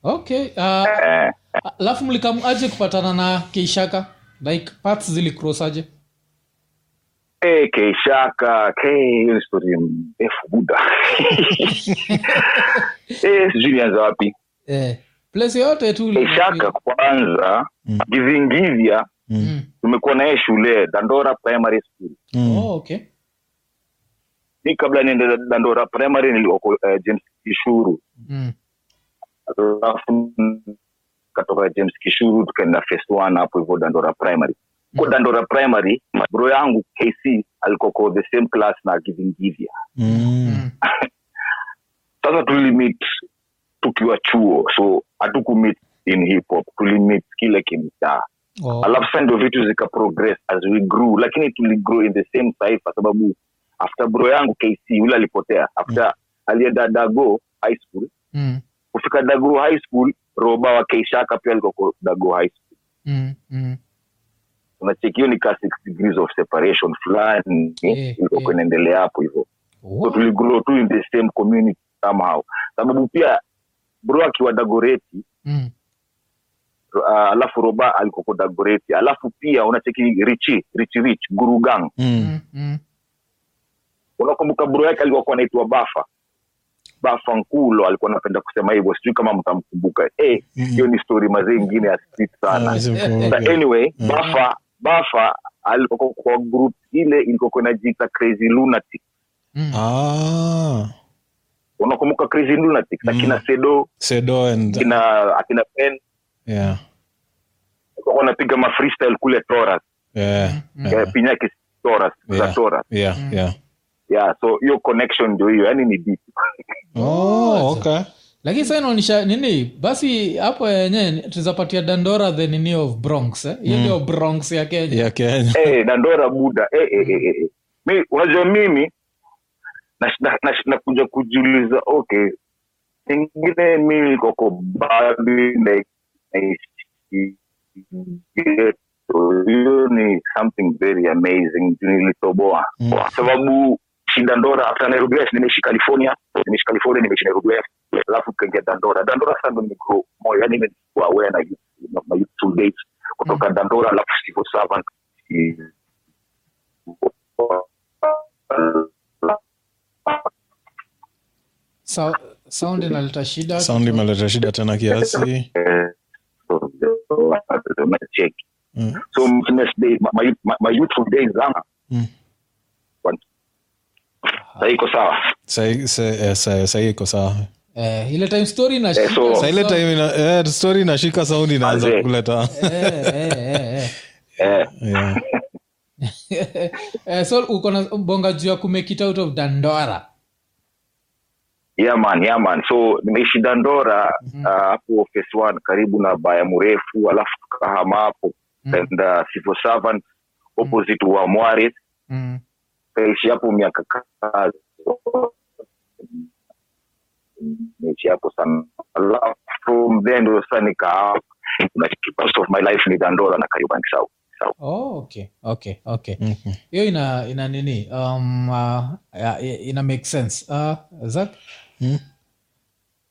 okay uh, eh alafu mlikamuaje kupatana na keishaka like parts zilikrosaje Eh, keishaka ke hiyo ni story mrefu buda Eh, sijui nianza wapi eh, place yoyote tu ile- keishaka kwanza Mm. givingivya Mm. Mm. tumekuwa naye shule dandora primary school Mm. Oh, okay mi kabla niende dandora primary nilioko uh, james kishuru Mm. alafu katoka james kishuru tukaenda first one hapo hivyo dandora primary ko dandora primary bro yangu kc alikuwa kwa the same class na givingivya Mm. sasa tulimit tukiwa chuo so hatukumit in hip hop tulimit kile kimtaa Oh. alafu sasa ndio vitu zika progress as we grew lakini tuli grow in the same taifa sababu after bro yangu kc yule alipotea after alienda dago high school Mm. kufika dago high school roba wa keishaka pia alikuwa kwa dago high school Mm. Mm. unacheki hiyo ni ka six degrees of separation fulani Yeah, ilikuwa yeah. inaendelea hapo hivyo so Oh. tuligrow tu in the same community somehow sababu pia bro akiwa dagoreti Mm. uh, alafu roba alikoko dagoreti alafu pia unacheki richi richi rich gurugang Mm. Mm. Mm. unakumbuka bro yake alikuwa kuwa anaitwa bafa bafa nkulo alikuwa anapenda kusema hivyo sijui kama mtamkumbuka Eh, hiyo ni story mazee ingine ya street sana Ah, But simkumbuki. anyway Mm. bafa bafa alikoko kwa group ile ilikoko inajiita crazy lunatic Mm. Ah, unakumbuka crazy lunatic Mm-hmm. akina sedo Sedo and akina akina pen yeah. walikuwa wanapiga ma freestyle kule Toras Yeah. Mm, yeah. Pinyaki Toras za Uh-huh. Yeah. Toras Yeah, yeah. yeah so hiyo connection ndio hiyo yani ni deep Mm. Oh, okay. lakini sa inaonyesha nini basi hapo yenyewe tuzapatia dandora the nini of bronx eh? Mm. hiyo ndio bronx ya kenya Ya Kenya. eh dandora buda eh eh eh, eh. mi unajua mimi na- na- na- nakuja kujiuliza okay pengine mimi nikoko bado na- naishi ghetto. hiyo ni something very amazing juu nilitoboa Mm. kwa sababu shida ndora after Nairobi West, nimeishi california nimeishi california nimeishi nairobi West, alafu tukaingia dandora dandora sasa ndo niko moyo yani imekuwa aware na youth- na- na youthful dates. Kwa kutoka dandora alafu civil servant Sa- sound inaleta shida sound imeleta shida tena kiasi check Mm, so next day my- my, my, my youthful days zama mm. saiko sawa Sahi- sa- eh, sa- sahi iko sawa eh, ile time story inashika Eh, so- Sa ile time ina- eh, story inashika saundi inaanza Azee. kuleta eh, eh, eh, eh, Yeah. eh. eh, so uko na bonga juu ya kumake it out of dandora yeah man yeah man so nimeishi dandora ah, hapo phase one karibu na baya mrefu alafu tukahama hapo Mm. enda civil servant opposite wa mwari mm. kaishi hapo miaka kadhaa nimeishi hapo sana alafu from then ndio sasa nikaa most of my life ni dandora na karibangi sau oh, okay okay okay Mhm. hiyo ina ina nini um, uh, ya- ya- ina make sense uh, zak Mm.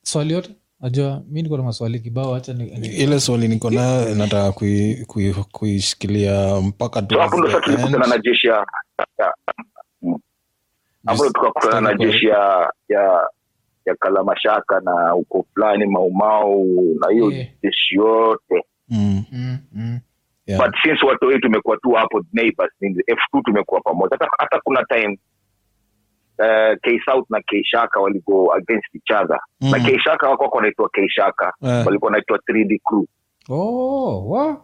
swali yote najua mi niko na maswali kibao hacha ni, ni, ile swali niko nayo nataka kui- kui- kuishikilia mpaka so hapo ndo sasa towards the tulikutana na end. jeshi ya ya- mm. hapo ndo Just tukakutana na start kwa- jeshi ya ya ya kalamashaka na huko fulani maumau na hiyo Yeah. jeshi yote Mm, mm, mm. yeah. but since watu wetu tumekuwa tu hapo neighbors ni f2 tumekuwa pamoja hata, hata kuna time Uh, South na Keishaka walikuwa against each other Mm. na Keishaka wako wako wanaitwa Keishaka Eh. walikuwa wanaitwa 3D crew oh, wa. Oh,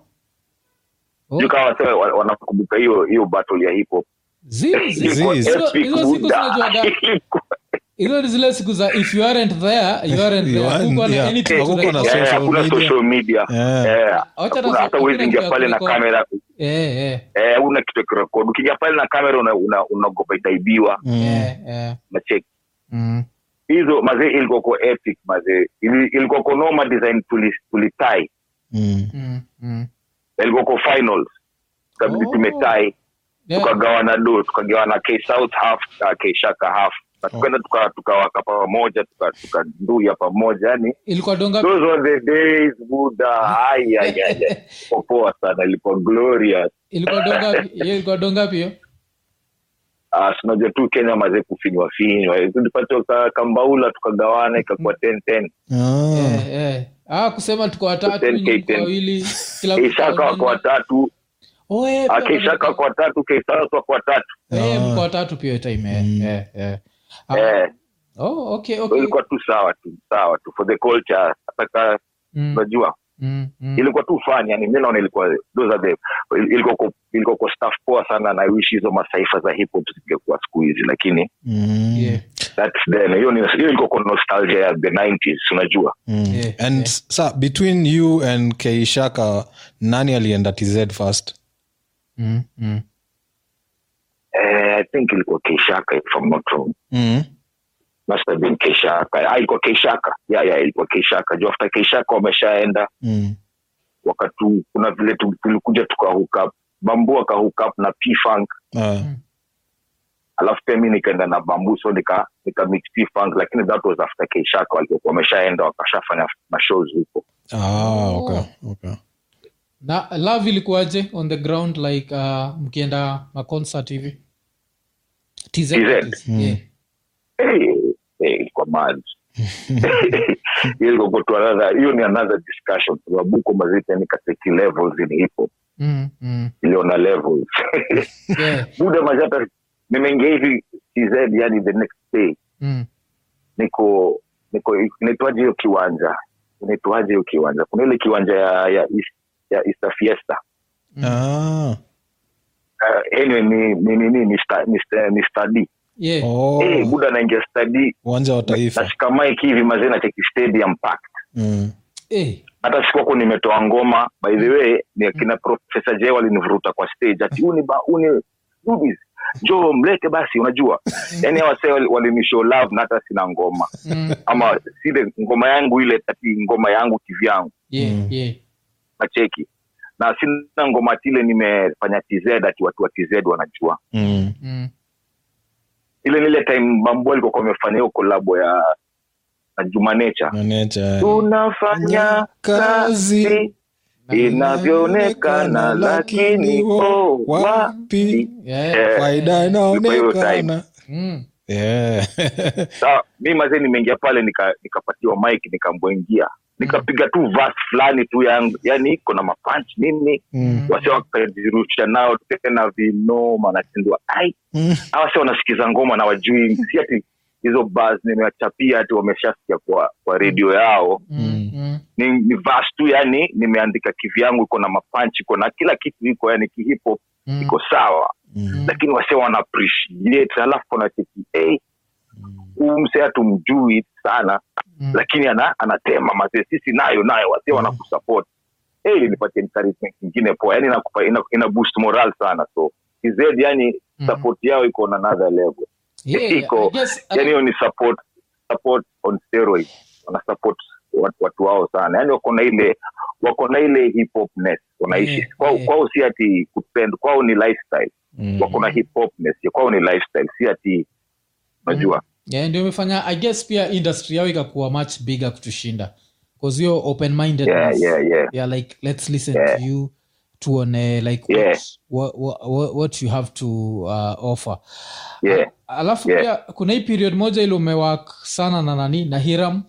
sijui kama wasema wa- wanakumbuka hiyo hiyo battle ya hip hop zi- zi- Ilikuwa Zizi. hizo- epic, hizo siku buda. zinajuaga Ilikuwa- hizo ni zile siku za if you aren't there you aren't You there aren't, Hakukuwa na yeah. anything Hakukuwa to na record. social Eh, hakuna media. social media Yeah. Eh, Hata hakuna- na- hata huwezi hakuna ingia kitu pale ya na kurekodi. kamera Eh, eh, eh, una kitu ya kurekodi ukiingia pale na kamera unaogopa una, unaogopa itaibiwa Mm. eh, eh. nacheki Mm. hizo mazee ilikuwa kwa epic mazee Ili- ilikuwa kwa noma design tuli- tulitai Mm. Mm. Mm. Na ilikuwa kwa finals kabidi Oh. tumetai Yeah. tukagawana do tukagawana k south half na k shaka half Oh. na tukaenda tuka- tukawaka pamoja tuka- tukanduya pamoja yani ilikuwa donga those were the days buda Ai, ai, ai, ai. Ilikuwa poa sana ilikuwa glorious ilikuwa donga hiyo ilikuwa donga pio Ah, si unajua tu kenya mazee kufinywa finywa tulipatiwa ka- kambaula tukagawana ikakuwa Mm. 10 10 Ah. eh, eh. ah kusema tuko watatu 10K, nyinyi mko 10K. wawili kila mtu keishaka kwa wako watatu Oh, eh, ah, pia keishaka wako watatu keisasa wako watatu Eh, mko watatu pia hiyo time eh, eh, eh. Ah, Eh, oh, okay, so okay. ilikuwa tu sawa tu sawa tu for the culture hata ka Mm, unajua mm, mm. ilikuwa tu fun yani mi naona ilikuwa those are the ilikuwa kwa- ilikuwa kwa staff poa sana na I wish hizo masaifa za hip hop zingekuwa siku hizi lakini Mm. Yeah, that's then hiyo ni- hiyo ilikuwa kwa nostalgia ya the 90s unajua Mm. Yeah, and sa between you and keishaka nani alienda tz first mm, mm. eh, i think ilikuwa keishaka if I'm not wrong mm. must have been Keishaka. Ah, ilikuwa Keishaka. Yeah, yeah, ilikuwa Keishaka. Juu after Keishaka wameshaenda Mm. wakati kuna vile tu- tulikuja tukahuka Bambu akahuka na P-Funk Ah. alafu pia mi nikaenda na Bambu so nika nika mix P-Funk lakini that was after Keishaka walikuwa wameshaenda wakashafanya mashows huko. Ah, okay, okay. na love ilikuwaje on the ground like uh, mkienda maconcert hivi TZ parties. Yeah. Hey, hey, ilikuwa mad. Hiyo ilikuwa kwa tu another- hiyo ni another discussion sababu huko mazita ni katika levels in hip hop Mm, mm. iliona levels Yeah. buda mazata nimeingia hivi tz yani the next day Mm, niko niko inaitwaje hiyo kiwanja inaitwaje hiyo kiwanja kuna ile kiwanja ya ya, East- ya Easter fiesta Ah. uh, anyway ni ni ni ni, ni, sta- ni, sta- ni study yeah. Oh, Eh, buda naingia study uwanja wa taifa nashika mike hivi mazee na cheki stadium pack mm. Eh, hata sikuwako nimetoa ngoma by the way ni akina profesa j walinivuruta kwa stage ati uni ba uni dubis jo mlete basi unajua yani awase walinishow love na hata sina ngoma mm, ama sile ngoma yangu ile tati ngoma yangu kivyangu yeah, Mm. yeah. nacheki na sina ngoma tile nimefanya tz ati watu wa tz wanajua Mm. Mm, ile nile time bambo alikokuwa amefanya hiyo kolabo ya na jumanecha Manager. tunafanya Kazi. Mm. kazi inavyoonekana lakini oh, wapi Yeah. Eh. Eh. faida inaonekana time. Mm. Yeah. Sawa, mi mazee nimeingia pale nika- nikapatiwa mic nikambwengia nikapiga tu verse fulani tu yangu yani iko na mapanch nini Mm. wase wakajirusha nao tena vinoma nachindua ai Mm. hawa si wanasikiza ngoma na wajui si ati hizo bas nimewachapia ati wameshasikia kwa kwa redio yao Mm. Mm. ni, ni verse tu yani nimeandika kivyangu iko na mapanchi iko na kila kitu iko yani kihipo Mm. iko sawa Hmm, Mm. lakini wase wana appreciate alafu kuna cheki hey, huu mse hatumjui sana Mm. lakini ana, anatema mazee sisi nayo nayo wasee wanakusupport hey, ilinipatia encouragement ingine poa yani inakupa- ina, ina boost moral sana so TZ yani Mhm. support yao iko on another level Yeah, yeah. iko I guess- uh, yani Yaani hiyo ni support support on steroids wana support watu, watu wao sana yani wako na ile wako na ile hip hopness wanaishi Yeah, kwao yeah. kwao si ati kupend kwao ni lifestyle Mm. wako na hip hopness kwao ni lifestyle si ati unajua Yeah, ndio imefanya i guess pia industry yao ikakuwa much bigger kutushinda bcause hiyo open mindedness Yeah, yeah, yeah. like let's listen Yeah. to you tuone like Yeah. what, what, what, what you have to uh, offer Yeah. A- alafu Yeah. pia kuna hii period moja ile umewak sana na nani na hiram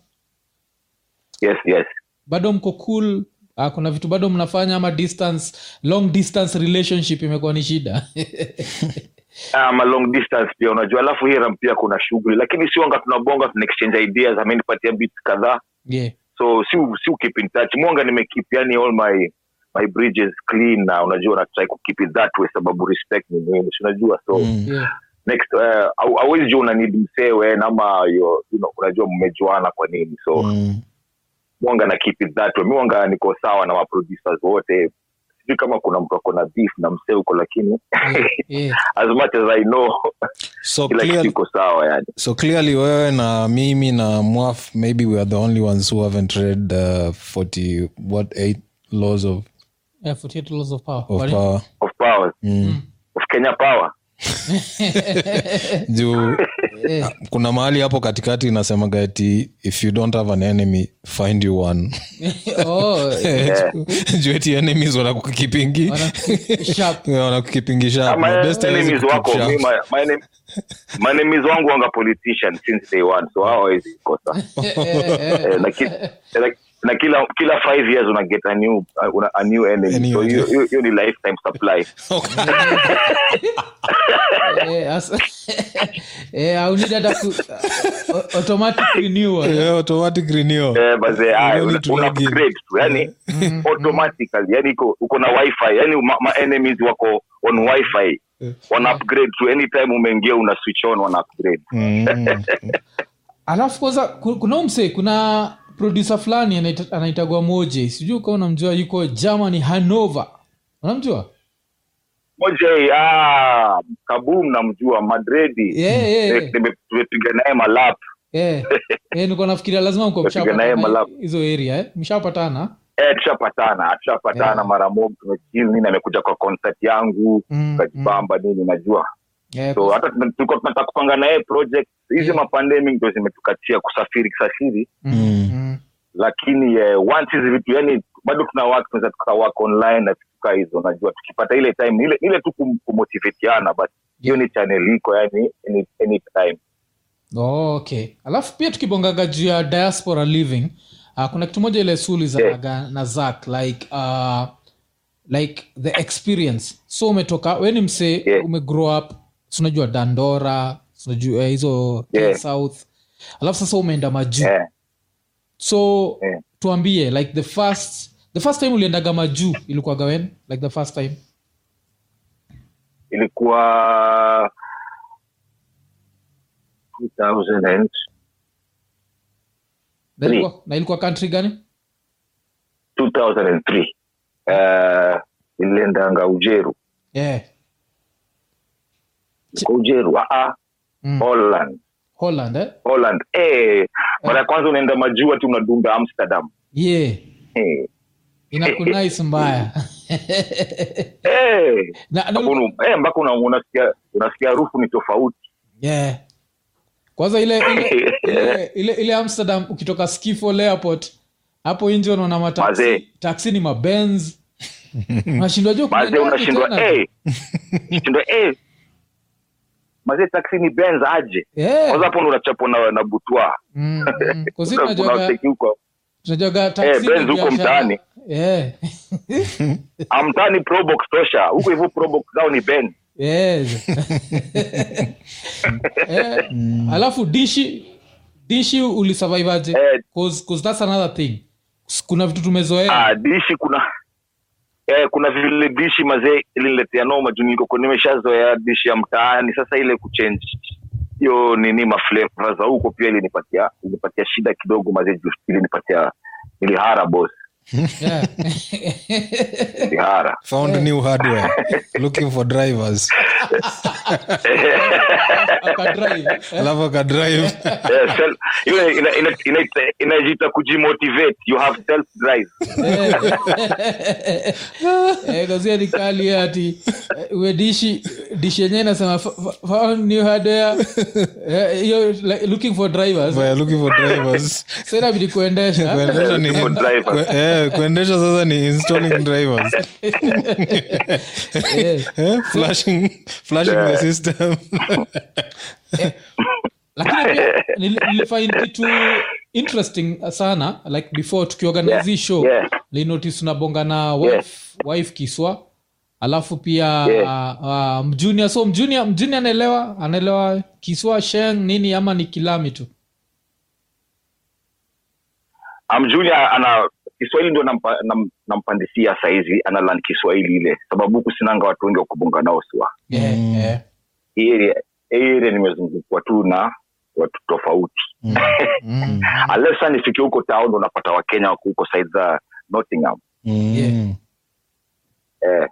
yes yes bado mko cool uh, kuna vitu bado mnafanya ama distance long distance relationship imekuwa ni shida Ah, ama long distance pia unajua alafu hiram pia kuna shughuli lakini si wanga tunabonga tuna exchange ideas amenipatia bit kadhaa yeah. so si si keep in touch mwanga nimekeep yani all my my bridges clean na unajua na try kukeep it that way sababu respect ni nini si unajua so Mm. Yeah. next uh, awezi jua unanidi msewe ama you know, unajua mmejuana kwa nini so Mm. mwanga na keep it that way mi mwanga niko sawa na maproducers wote sijui kama kuna mtu ako na beef na msee huko lakini Yeah. Yeah. as much as i know so kila kitu clearly iko sawa yani so clearly wewe na mimi na mwaf maybe we are the only ones who haven't read uh, 40 what 8 laws of, Yeah, 48 laws of power. of Wali- power of powers Mm. of kenya power juu Eh. kuna mahali hapo katikati inasemaga ati if you don't have an enemy find you one Oh, juu eti enemies wanakukipingi wana- sharp. wanakukipingisha Ama enemies wako mi ma- my name- my enemies wangu wanga politician since day one so hao hawezi kosa Eh, eh, eh. Eh, na, ki, na, na kila kila five years una get a new una, a new enemy Enemy. so hiyo- hiyo hiyo ni lifetime supply Eh, as- Eh, I need that to- au- automatic renewal. automatic renewal eh baze You don't need to una log in. Mm-hmm. upgrade tu yani automatically yani uko- uko na wifi yani ma, ma enemies wako on wifi Eh. wana upgrade tu anytime umeingia una switch on wana upgrade Mm. alafu kwanza ku- kuna huyu msee kuna producer fulani anaita- anaitagwa moje sijui kaa unamjua yuko germany hanover unamjua moja ah, kabum namjua madredi Yeah, yeah, yeah. Nime- tumepiga naye malap Eh, eh, niko nafikiria lazima mko Napiga naye mshapatana malabu. hizo area eh? mshapatana eh, tushapatana tushapatana Yeah. mara moja tumechini nini amekuja kwa concert yangu Mm, kajibamba nini najua eh, so hata tume- tulikuwa tunataka kupanga naye project hizi Yeah. mapandemi ndio zimetukatia kusafiri kusafiri mm, mm. lakini eh, once hizi vitu yani bado tuna work tunaweza tuka work online na vitu kaa hizo najua tukipata ile time ile ile tu kum- kumotivateana but hiyo ni channel iko yani any, anytime Oh, okay alafu pia tukibongaga juu ya diaspora living uh, kuna kitu moja ile suli zanaga na zak like uh, like the experience so umetoka we ni msee Yeah. umegrow up sunajua dandora sunajua hizo Yeah. south alafu sasa umeenda majuu eh, so Yeah. tuambie like the first the first time uliendaga majuu ilikuwaga wen like the first time ilikuwa 2000 and na Three. ilikuwa, na ilikuwa country gani 2003 uh, iliendanga ujeru yeah. Kwa ujeru aa mm. holland holland eh? holland eh, mara ya kwanza unaenda majua ti unadunda amsterdam yeah Eh, inakunais mbaya eh, na, na, hakuna- eh, mpaka una- unasikia unasikia harufu ni tofauti yeah. kwanza ile ile, ile, ile, ile amsterdam ukitoka skifol airport hapo nje unaona Mazee. mataksi taksi ni mabenz unashindwa jua kuna mazee gari unashindwa tena. eh, unashindwa eh, mazee taksi ni benz aje Eh, kwanza hapo ndo unachapwa na, na butwa mm, mm. Kwa sisi tunajuaga- unacheki huko tunajuaga taksi Eh, Benz ni huko biashara. mtaani. Eh, amtani probox tosha huko hivyo probox zao ni benz yes. Eh, alafu dishi dishi ulisurviveaje Eh. 'Cause- 'cause that's another thing S- kuna vitu tumezoea ah, dishi kuna eh, kuna vile dishi mazee iliniletea noma juu nilikuwa nimeshazoea dishi ya mtaani sasa ile kuchange hiyo nini mafleva za huko pia ilinipatia ilinipatia shida kidogo mazee juu ilinipatia nilihara boss Yeah. nilihara found new hardware looking for drivers Akadrive. alafu akadrive Eh, self- hiyo ina- ina- ina- inajiita kujimotivate you have self drive Eh, kazia ni kali ati eh, we dishi dishi yenyewe inasema "F- f- found new hardware." Eh, hiyo like, looking for drivers They are looking for drivers sasa bidi kuendesha kuendesha ni Looking for drivers. Kue- eh, kuendesha sasa ni installing drivers Eh, eh, flashing, flashing the system lakini pia nili- nilifind kitu interesting sana like before tukiorganize hii show yeah. linotice unabonga na wife, wife kiswa alafu pia Yeah. uh, mjunior so mjunior mjunior anaelewa anaelewa kiswa sheng nini ama ni kilami tu amjulia ana kiswahili ndo nampa- nam- nampandisia sahizi ana land kiswahili ile sababu huku sinanga watu wengi wa kubonga nao siwa yeah, yeah. Hii area- hii area nimezungukwa tu na watu tofauti mm, alesa nifike huko town ndo napata wakenya wako huko side za nottingham mm. Yeah. eh,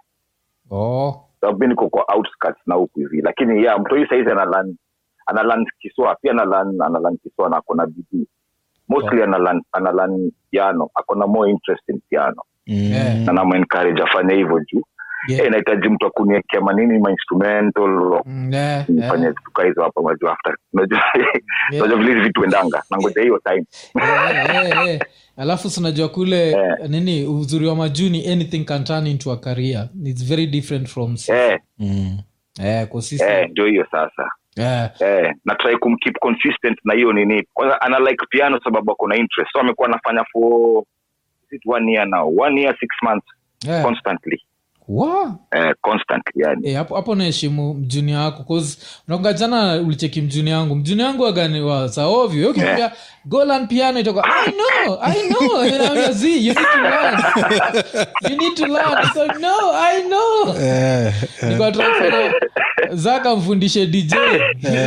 Oh. sababu mi niko kwa outskirts na huku hivi lakini ya yeah, mtoi sahizi ana land ana land kiswa pia ana land ana land kiswa na akona bidii mostly ana land ana land piano akona more interest in piano Mm. Yeah. na namuencourage afanye hivyo juu Yeah. Eh, inahitaji mtu akuniekea manini mainstrumental Mm, yeah, yeah. fanye vitu ka hizo hapa majua after unajua unajua vile hizi vitu endanga nangoja hiyo time Eh, eh, eh. alafu sinajua kule Eh. nini uzuri wa majuni anything can turn into a career its very different from si- eh Mm. eh, kwa sisi eh ndio hiyo sasa eh, eh na try kumkeep consistent na hiyo nini kwanza ana like piano sababu ako na interest so amekuwa anafanya for is it one year now one year six months eh. constantly Wa- eh constantly yani Eh, hapo hapo naheshimu mjuni yako cause unakumbuka jana ulicheki mjuni yangu mjuni yangu agani wa zaovyo yo Eh. kimbia golan piano itoka i know i know And I'm like, "Z, you need to learn you need to learn so no i know Eh, eh. nilikuwa try kufollow zaka mfundishe dj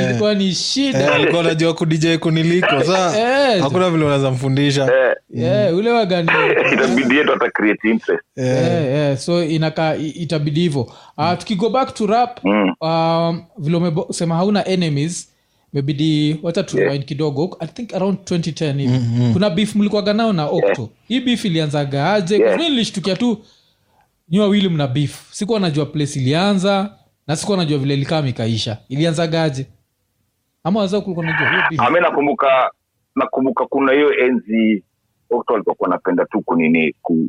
ilikuwa ni Eh, shida alikuwa anajua kudj kuniliko saa Eh. hakuna vile unaweza mfundisha eh Eh, ule wagani itabidi yetu ata create interest Eh, yeah, yeah. so inaka i- itabidi hivo uh, tukigo back to rap Mm. um, vile umesema hauna enemies mebidi wacha tuwind kidogo i think around 2010 hivi kuna beef mlikuaga nao na okto hii beef ilianzaga aje yeah. Yeah. nilishtukia tu nyi wawili mna beef sikuwa najua place ilianza na sikuwa najua vile ilikaa mikaisha ilianzaga aje ama waza kulikuwa najua hiyo beef Ah, mi nakumbuka nakumbuka kuna hiyo enzi watu walikuwa wanapenda tu kunini ku,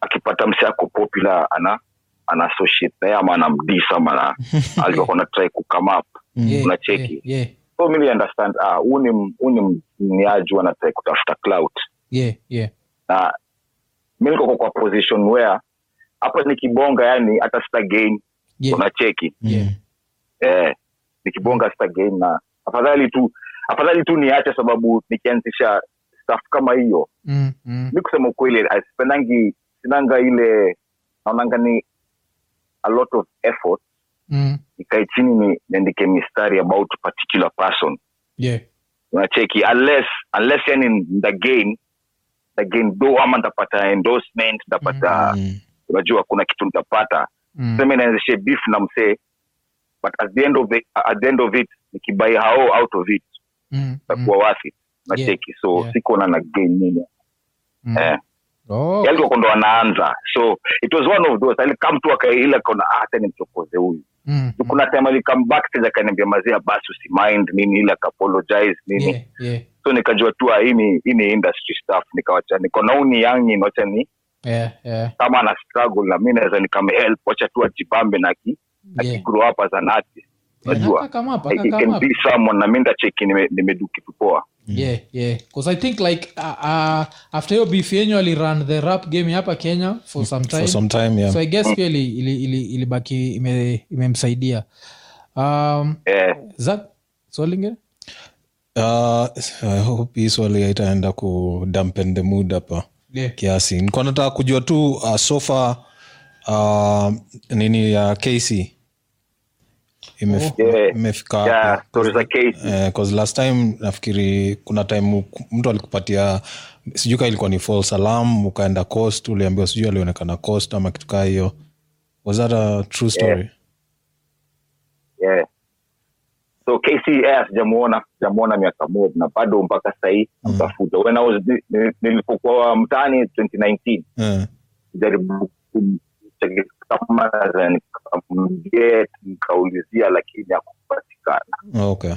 akipata mse ako popular ana ana associate naye ama anamdis ama ana- alikuwa na try ku come up Yeah, unacheki. yeah, yeah, so mi understand ah huu ni m- huu ni mniaji ana try kutafuta clout yeah, yeah. na mi niko kwa position where hapa nikibonga yani hata sita gain Yeah. unacheki Yeah. eh, nikibonga sita game na afadhali tu afadhali tu niache sababu nikianzisha staff kama hiyo Mm, mm. mi kusema ukweli sipendangi sinanga ile naonanga ni a lot of effort Mm. nikae chini ni- niandike mistari about particular person Yeah. unacheki unless unless yani ndagain ndagain do ama ndapata endorsement ndapata Mm. unajua kuna kitu nitapata Mm. seme naanzishe beef na msee but at the end of, the, at the end of it nikibai hao out of it Mm. takuwa wafi nacheki so Yeah. sikuona na game nini Mm. eh. Oh. "Ah, yalikokondo anaanza so it was one of those alikam tu akaila kaona hata nimchokoze huyu Mm. So kuna time alikambak stage akaniambia mazia basi usimind nini ile akaapologize nini Yeah, yeah, so nikajua tu ah, hii ni hii ni industry stuff nikawacha niko na huu ni yangi nawacha ni yeah, yeah, kama ana struggle na mi naweza nikamehelp wacha tu ajibambe na ki yeah. grow up as an artist Yeah, najua haka kama hapa, I- haka it kama can hapa. be someone na mi ndacheki nime- nimedu kitu poa yeah yeah because i think like uh, uh, after hiyo beef yenyu ali run the rap game hapa kenya for some time Mm, for some time yeah. so i guess pia ili- ili- ili- ilibaki ime- imemsaidia um, eh, zak swalinge Uh, i hope hii swali haitaenda ku dampen the mood hapa yeah. kiasi nikuwa nataka kujua tu uh, sofa uh, nini ya uh, kc imef- Oh. Yeah. imefika yeah, wapi? stories za case Eh, 'cause last time nafikiri kuna time mtu alikupatia sijui kaa ilikuwa ni false alarm ukaenda coast uliambiwa sijui alionekana coast ama kitu kaa hiyo was that a true story yeah. so kcs sijamuona sijamuona miaka moja na bado mpaka sahii namtafuta when I was ni- ni- nilipokuwa mtaani 2019 Eh, jaribu kama naweza nikamget nikaulizia lakini hakupatikana okay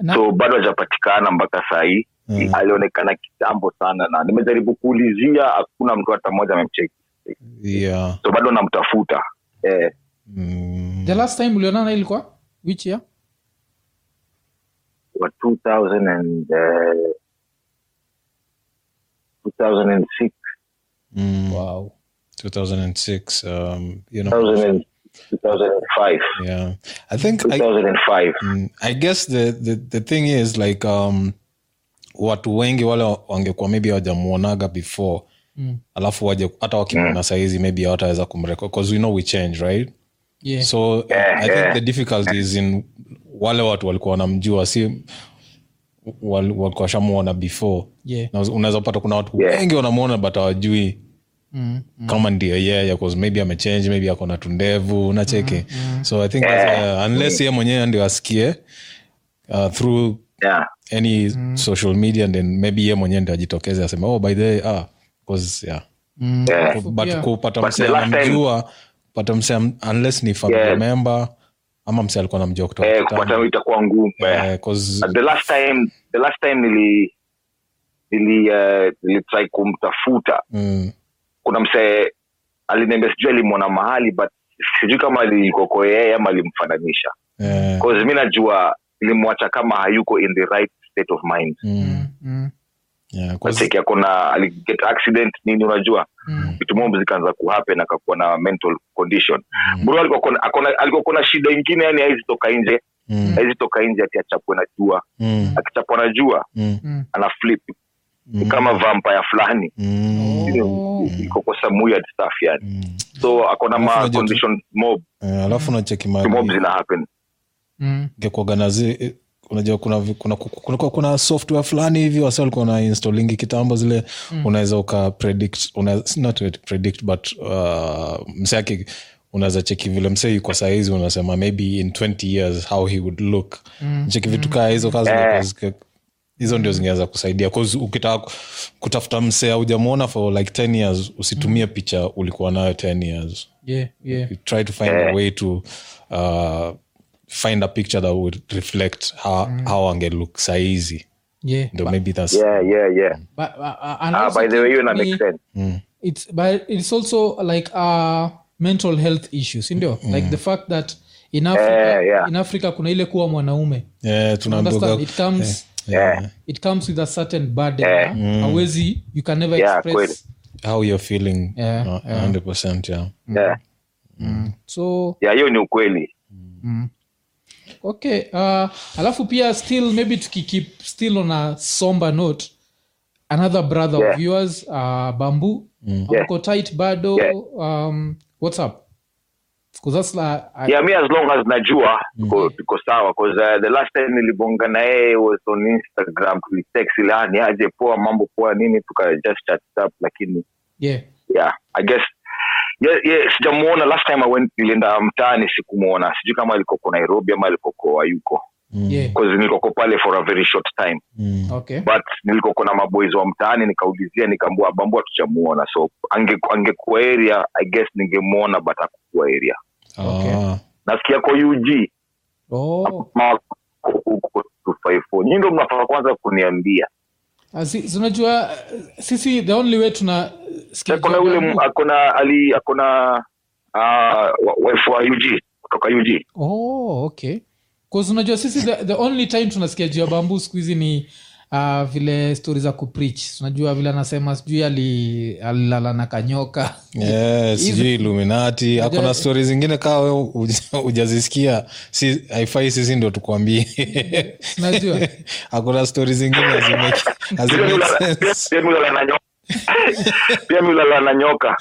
Na- so bado hajapatikana mpaka sahii Mm. alionekana kitambo sana na nimejaribu kuulizia hakuna mtu hata mmoja amemcheki yeah so bado namtafuta eh, mm, the last time ulionana ilikuwa which year wa 2000 and, eh, 2006 mm, wow 2006 um, you know, 2000 2005 yeah i think I, 2005 Mm, i guess the, the, the thing is like um, watu wengi wale wangekuwa maybe hawajamuonaga before mm. alafu waje hata wakimwona saizi maybe hawataweza kumrekod because we know we change right yeah. so i think the difficulty is in wale watu walikuwa wanamjua si wal- walikuwa washamuona before Yeah. Na unaweza pata kuna watu Yeah. wengi wanamwona but hawajui Mm. kama ndio yeye cause maybe amechange maybe ako na tundevu nacheki Mm, so i think that's, uh, Mm. unless ye mwenyewe ndio asikie uh, through yeah. any Mm. social media and then maybe ye mwenyewe ndio ajitokeze aseme oh by the way ah, 'cause, yeah Mm. Yeah. Alafu but pia- kupata But msee the last time- anamjua pata msee am- unless ni family Yeah. member ama msee alikuwa namjua kutoka eh, kitambo. kupata itakuwa ngumu eh. Eh, 'cause- the last time the last time nili nili uh, nilitrai kumtafuta mm, kuna msee aliniambia sijui alimwona mahali but sijui kama alikoko yeye ama alimfananisha eh, cause mi najua ilimwacha kama hayuko in the right state of mind mm, Mm. Mm. yeah, 'cause- Nacheki akona aliget accident nini unajua Mm. vitu mombo zikaanza kuhappen akakuwa na mental condition bro alikuwa kona- akona- alikuwa kuna shida ingine yani haizi toka nje mm, haizi toka nje ati achapwe na jua mm, akichapwa na jua mm, Mm. ana flip ni Mm. kama vampire fulani mm, Oh. Hiyo iko kwa some weird stuff yani mm. so akona Alafu ma unajua tu- condition mob Eh, alafu nacheki mali- mob zina happen Mm. ingekuwaga na zi- eh, unajua kuna, vi- kuna, kuna, kuna, kuna software fulani hivi wasi walikuwa na installingi kitambo zile unaweza uka predict una, not really predict but uh, mse aki unaweza cheki vile mse yuko sahizi unasema maybe in 20 years how he would look mm. cheki vitu kaa hizo kazi hizo ndio zingeweza kusaidia 'Cause ukitaka ku- kutafuta msee aujamwona for like 10 years usitumie picha ulikuwa nayo 10 years yeah yeah you try to find a way to uh, find a picture that would reflect how, how ange look saizi yeah ndo maybe that's yeah yeah yeah but, uh, uh, Mm. and ah also by the way hiyo na ni- make sense it's but it's also like uh mental health issues sindio like the fact that in africa Eh, yeah. in africa kuna ile kuwa mwanaume yeah, tunaambiwaga- understand it comes yeah it comes with a certain burden Eh. na hawezi you can never Yeah, kweli. express how you're feeling Yeah, uh, 100% yeah yeah so yeah hiyo ni ukweli okay uh, alafu pia still maybe tukikeep still on a somber note another brother Yeah. of yours uh, bambu mm. Yeah. tight bado Yeah. um, what's up 'Cause that's like, I- yeah me as long as najua tuko tuko sawa cause uh, the last time nilibonga na yeye was on instagram tulitext ile ah, ni aje poa mambo poa nini tuka just chat it up lakini yeah. yeah i guess yeah, yeah, sijamuona last time i went nilienda mtaani sikumuona sijui kama alikoko nairobi ama alikoko hayuko Yeah. cause nilikoko pale for a very short time mm. Okay. but nilikoko na maboys wa mtaani nikaulizia nikaambua bambu hatujamuona so ange- angekuwa area i guess ningemuona but akukuwa area Okay. Ah, nasikia kwa ug oh. huko 254 nyinyi ndo mnafaa kwanza kuniambia Asi, ah, unajua sisi the only way tuna sikia kuna jawabu yule yangu- m- akona ali akona ah, wa- wife wa ug kutoka ug oh, okay 'Cause unajua sisi the, the only time tunasikia juu ya bambu siku hizi ni uh, vile stori za kuprich unajua vile anasema sijui ali- alilala na kanyoka Yeah, sijui iluminati ako na stori zingine kaa we uj- hujazisikia si, haifai sisi ndo tukwambie unajua Eh, ako na stori zingine hazimake- Pia mi hazimake ulala- pia- sense. pia mi ulala na nyoka pia mi ulala na nyoka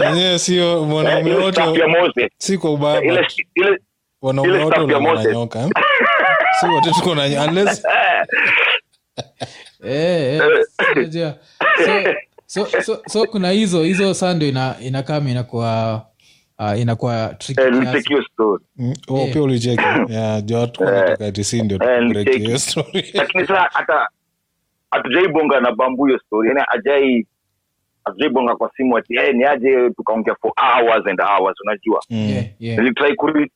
Wenyewe sio mwanaume ile wote staff Yaani ya mose si kwa ubaya ile but ile wanaume ile wote staff ya walikuwa na Moses. nyoka eh? si wote tuko na nyo- unless Eh, eh, unajua. so, so, so, so kuna hizo hizo saa ndio ina, inakaa inakuwa uh, inakuwa tricky eh, kiasi. nitake hiyo story Mm, oh, pia ulicheki Yeah, juu watu kwa nataka ati si ndio eh, break nitake- hiyo story lakini sasa hata hatujaibonga na bambu hiyo story yani ajai hatujaibonga kwa simu ati hey, ni aje tukaongea for hours and hours unajua Mm. Yeah, yeah. nilitrai ku reach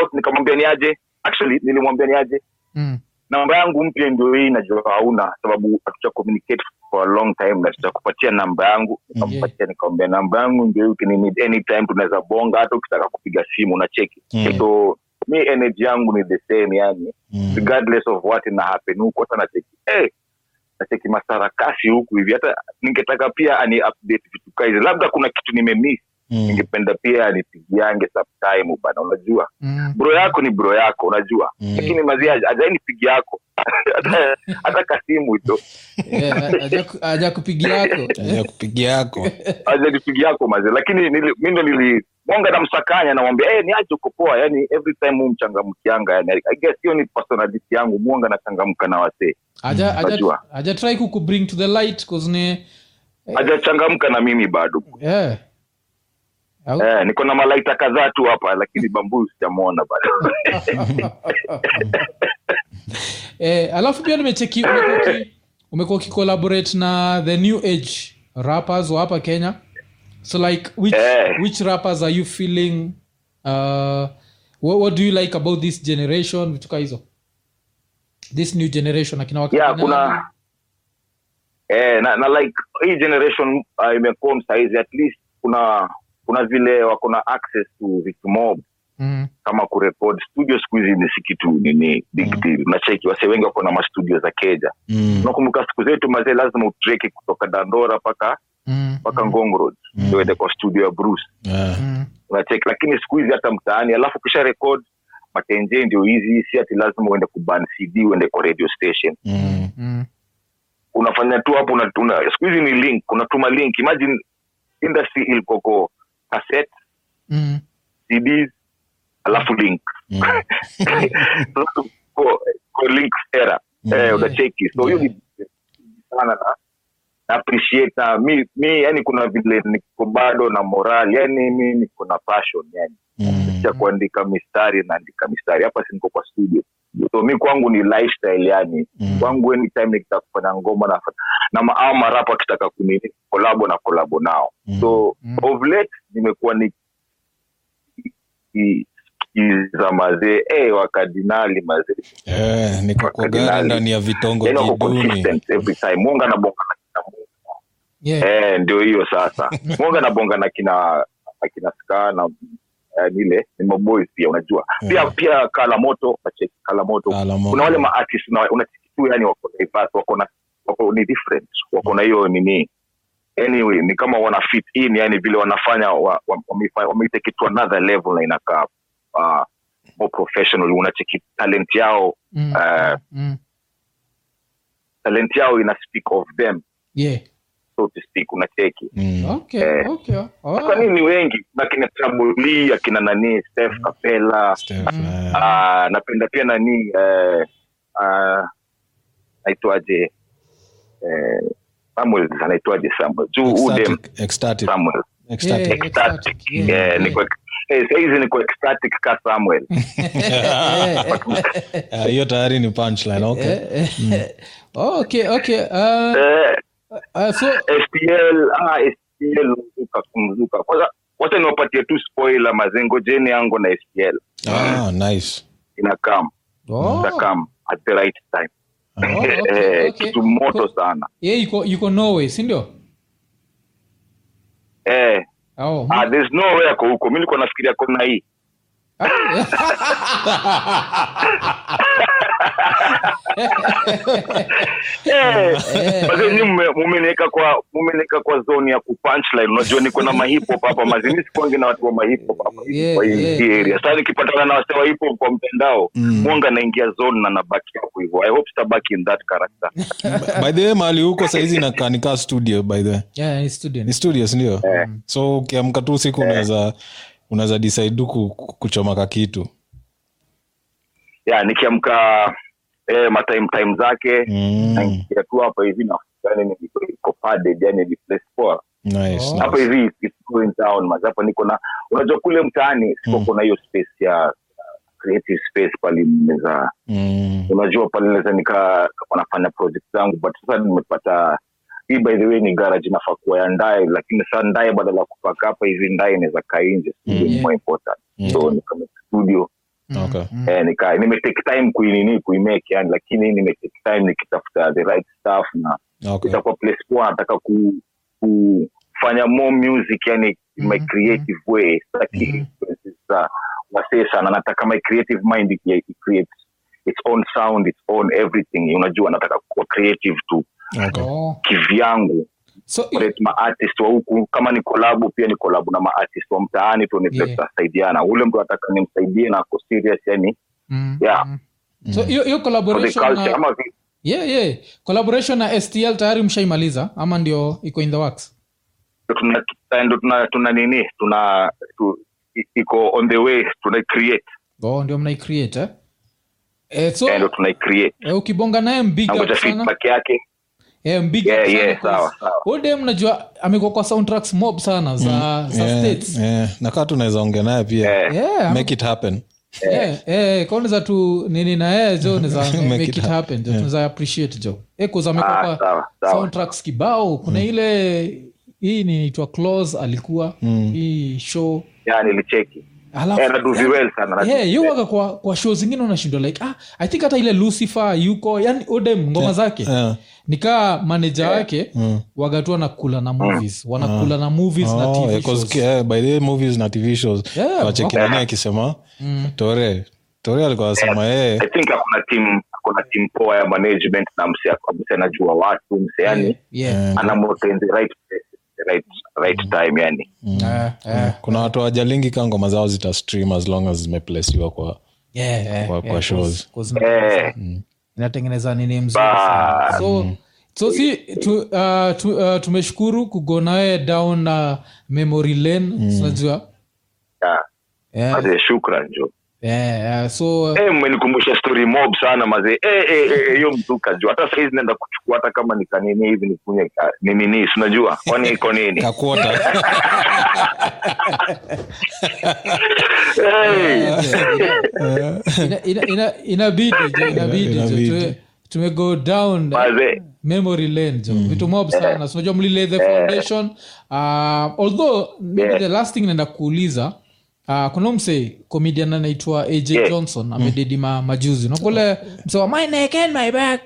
out nikamwambia ni aje actually nilimwambia ni aje Mm. namba yangu mpya ndio hii najua hauna sababu hatuja communicate for a long time na tutakupatia namba yangu nikampatia nikamwambia namba yangu ndio hii, ukininid anytime tunaweza bonga hata ukitaka kupiga simu na cheki Mm. so mi energy yangu ni the same yani Mm. regardless of what ina happen huku hata nacheki eh, nacheki masarakasi huku hivi hata ningetaka pia ani update vitu kaizi labda kuna kitu nimemiss Mm. ningependa pia anipigiange sometime bana unajua Mm. bro yako ni bro yako unajua Mm. lakini mazia ajaini pigi yako Hata- hata kasimu to Yeah, haja- haja kupigia yako Ajia kupigia yako ajaini pigi yako mazi lakini nili- mi ndo nilimwonga na msakanya namwambia hey, ni aje uko poa yani every time huu mchangamkianga yani I guess hiyo ni personality yangu mwonga na changamka na wasee Haja- haja- Mm. Najua. hajatry kukubring to the light 'cause ni eh. hajachangamka na mimi bado Mm. yeah. Au- eh, niko na malaita kadhaa tu hapa lakini bambuyu sijamwona bado eh, alafu pia nimecheki umekuwa uki- umekuwa ukikolaborate na the new age rappers wa hapa kenya so like which, Eh. which rappers are you feeling uh, what, what do you like about this generation vitu kaa hizo this new generation akina wakina yeah kuna eh, na, na like hii generation uh, imekuwa msaizi at least kuna kuna vile wako na access to vitu mob mm, kama kurekod studio siku hizi ni si kitu nini big deal nacheki wase wengi wako na mastudio za keja Mm. unakumbuka siku zetu mazee lazima utreki kutoka dandora mpaka mm, mpaka ngong road Mm. ndio uende kwa studio ya bruce Yeah. mm, unacheki lakini siku hizi hata mtaani alafu kisha rekod matenje ndio hizi si ati lazima uende kuban cd uende kwa radio station Mm. mm, unafanya tu hapo una- una- siku hizi ni link unatuma link imagine industry ilikoko cassette mm, cds alafu link Mm. Sasa ko- ko link era eh, unacheki so hiyo ni sana na na appreciate na mi, mi yani kuna vile niko bado na moral yani mi niko na passion yani Mm. cha kuandika mistari naandika mistari hapa si niko kwa studio so mi kwangu ni lifestyle yani Mm. kwangu anytime nikitaka kufanya ngoma na na ma- au marapa wakitaka kuni kolabo na kolabo nao Mm. so Mm. of late nimekuwa ni za mazee eh, wakardinali mazee Eh, niko kwa gari Wakadinali. ndani ya vitongo yani wako jiduni consistent every time munga na bonga na kina Mungu. yeah. eh, ndio hiyo sasa munga na bonga na kina akina ska na eh, nile ni maboys pia unajua pia Yeah. pia kala moto wacheki kala moto Kala Moto. kuna wale maartist na unasikitu yani wako diverse wako na wako ni different wako na hiyo nini anyway ni kama wana fit in yani vile wanafanya wa- wa- wamefa- wameitake to another level na inakaa uh, more professional unacheki talent yao Mm, eh, mm, talent yao ina speak of them yeah. so to speak unacheki Mm. okay, Eh. okay. Oh. sasa nini wengi na kina trabuli akina nani steph kapela Steph, eh. Ah, napenda pia nani eh, ah, naitwaje eh, samuel anaitwaje samuel juu udem Ecstatic- ecstatic. samuel Ecstatic. Ecstatic, Ecstatic. yeah, Eh, yeah. niko- eh, sahizi niko ecstatic ka samuel Ah, hiyo tayari ni punchline Eh. okay Hmm. oh, okay okay uh, eh, uh, so stl ah, stl mzuka mzuka kwanza wacha niwapatie tu spoiler mazengo jeni yangu na stl ah, nice inakam Oh. itakam at the right time Oh, okay, Eh, okay. kitu moto sana ye yuko yuko norway sindio eh, oh. ah, there's no way ako huko mi niko nafikiria kona hii Ah, Eh, mazee nyi mume- mumeniweka kwa mumeniweka kwa zone ya kupunchline unajua niko na mahipop hapa mazini sikwangi na watu wa mahipop hapa Yeah, kwa hii yeah. hii area sasa nikipatana na wasee wa hipop kwa mtandao mwanga naingia zone na nabaki hapo hivyo i hope sitabaki in that character by the way mahali huko saizi nakaa nikaa studio by the way yeah, ni student ni studio sindio Eh. so ukiamka tu siku unaweza unaweza decide tu ku- ku- kuchomaka kitu ya nikiamka eh, matime time zake Mm. naingia tu hapa hivi na yani niko- niko padded yani ni place poa nice, Oh. nice. hapa hivi it's going down mas hapa niko na unajua kule mtaani siko kuna hiyo space ya uh, creative space pale nimeza Mm. unajua pale naweza nika kama nafanya project zangu but sasa nimepata hii by the way ni garage inafaa kuwa ya ndae lakini sasa ndae badala ya kupaka hapa hivi ndae inaweza kaa nje studio ni more important so nikame studio Hmm, Okay. Mm. eh, nika nimetake time kuinini kuimake yani lakini nimetake time nikitafuta the right stuff na Okay. itakuwa place poa nataka ku, kufanya more music yani in my creative way sitaki influences za wasee sana nataka my creative mind iki- iki- create its own sound its own everything unajua nataka kuwa creative tu Okay. oh. kivyangu so kuleta maartist wa huku kama ni kolabu pia ni kolabu na maartist wa mtaani tuone vile Yeah. tutasaidiana ule mtu ataka nimsaidie na ako serious yani mm, yeah. mm. so Hmm. hiyo hiyo for the collaboration culture na, ama vi- yeah, yeah. collaboration na stl tayari mshaimaliza ama ndio iko in the works tuna ndo tuna tuna nini tuna tu, i- iko on the way tuna create oh, ndio mnaicreate eh? Eh, so Eh, ndo tuna create eh, ukibonga naye mbig up nangoja sana feedback yake Eh, mbig Yeah, up sana yeah, cause sawa, sawa. huyu dem najua amekuwa kwa soundtracks mob sana za, za Mm, Yeah, states yeah. nakaa tunaweza ongea naye pia Eh, yeah, make it happen yeah, yeah, kaunaweza tu nini na yeye jo naeza Make make it it happen jo tunaweza appreciate jo Eh, 'cause amekuwa Ah, sawa, kwa sawa. soundtracks kibao kuna Mm. ile hii inaitwa close alikuwa Mm. hii show yeah, nilicheki alafu Eh, na do well sana na do yeah, well. yuwaga kwa, kwa show zingine unashindwa like ah, i think hata ile lucifer yuko yani odem ngoma zake yeah. Eh. nikaa maneja wake wagatu wanakula na movies wanakula na movies na Mm. Ah. Oh, tv yeah, 'cause, shows. yeah, by the way, movies na tv shows Yeah, Mm. wachekinani akisema tore tore alikuwa anasema yeye i think hakuna team hakuna team poa ya management na mse mse anajua watu mse yani Yeah. Eh, anamoto in the right place, the right right Mm. time yani mm. Ah, ah, "Eh, kuna watu wajalingi kaa ngoma zao zita stream as long as zimeplesiwa kwa yeah, yeah, Kwa- yeah, kwa shows. cause- cause Mm. eh inatengeneza nini mzuri Ba- sana. so Mm. so si tu, uh, tu, uh, tumeshukuru kugo nawe down uh, memory lane Mm. tunajua yeah. yeah, Mazee, shukran jo yeah, yeah. so Eh, mmenikumbusha story mob sana mazee Eh, eh, eh, hiyo mzuka juu hata sahizi naenda kuchukua hata kama nikanini hivi nikunywe ka- nini nini sinajua kwani iko nini kakuota ah, hey! ina- ina- ina- inabidi jo inabidi jo Inabidi. Tume- tumego down mazee memory lane jo Mm. vitu mob sana so unajua mlile the foundation uh, although maybe Eh. Yeah. the last thing naenda kuuliza Uh, kuna mse comedian anaitwa aj Yeah. Mm. johnson amededima majuzi nakule mse wa my neck and my back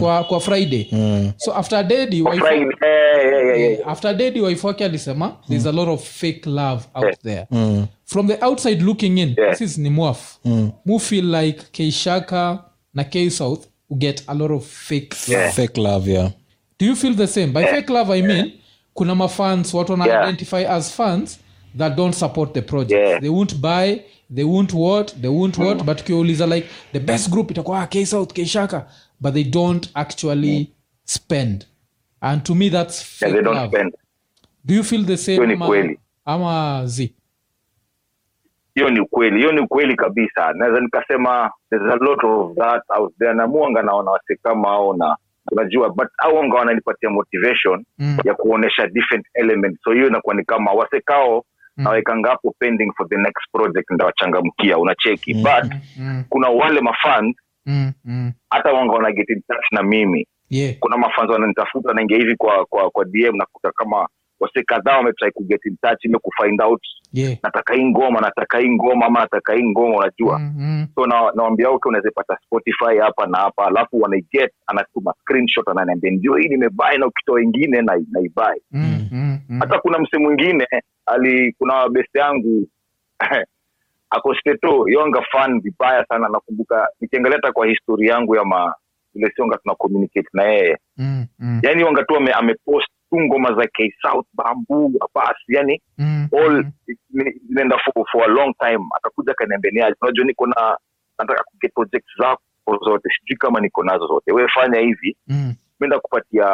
kwa, kwa friday so after dedi Kwa waifu- Friday, eh, eh, eh, eh. after dedi waifu wake alisema there's Mm. a lot of fake love out there Mm. from the outside looking in Yeah. Mm. this is ni mwaf mu feel like keishaka na ksouth get a lot of fake love fake love yeah. do you feel the same by fake love i mean kuna mafans watu wana Yeah. identify as fans that don't support the project Yeah. they won't buy they won't what they won't what but ukiuliza like the best group itakuwa ah, k south k shaka but they don't actually spend and to me that's Yeah, fake they don't love. spend do you feel the Hiyo same ni ama, kweli. ama z hiyo ni ukweli hiyo ni ukweli kabisa naweza nikasema there's a lot of that out there na muanga naona wase kama hao na unajua but auanga wananipatia motivation Mm. ya kuonesha different elements so hiyo inakuwa ni kama wase kao mm. nawekanga hapo pending for the next project ndawachangamkia unacheki mm. but mm, kuna wale mafans mm, mm. hata wanga wana get in touch na mimi yeah kuna mafans wananitafuta wanaingia hivi kwa kwa kwa dm nakuta kama wase kadhaa wametrai kuget in touch ile kufind out yeah nataka hii ngoma nataka hii ngoma ama nataka hii ngoma unajua mm, mm. so na, nawambia okay unaweza pata spotify hapa na hapa alafu wanaiget anatuma screenshot ananiambia ndio hii nimebai na ukitoa wengine na- naibai Mm, mm, mm. hata kuna mse mwingine ali kuna best yangu ako steto yonga fan vibaya sana nakumbuka nikiangalia hata kwa histori yangu ya ma ile sionga tuna communicate na yeye Mm, mm, yani yonga tu ame- amepost tu ngoma za k south yaani bambu basi yani mm, all mm. ni- zinaenda for, for a long time akakuja akaniambia unajua niko na nataka kuget project zako zote sijui kama niko nazo zote we fanya hivi Mm. mi ndakupatia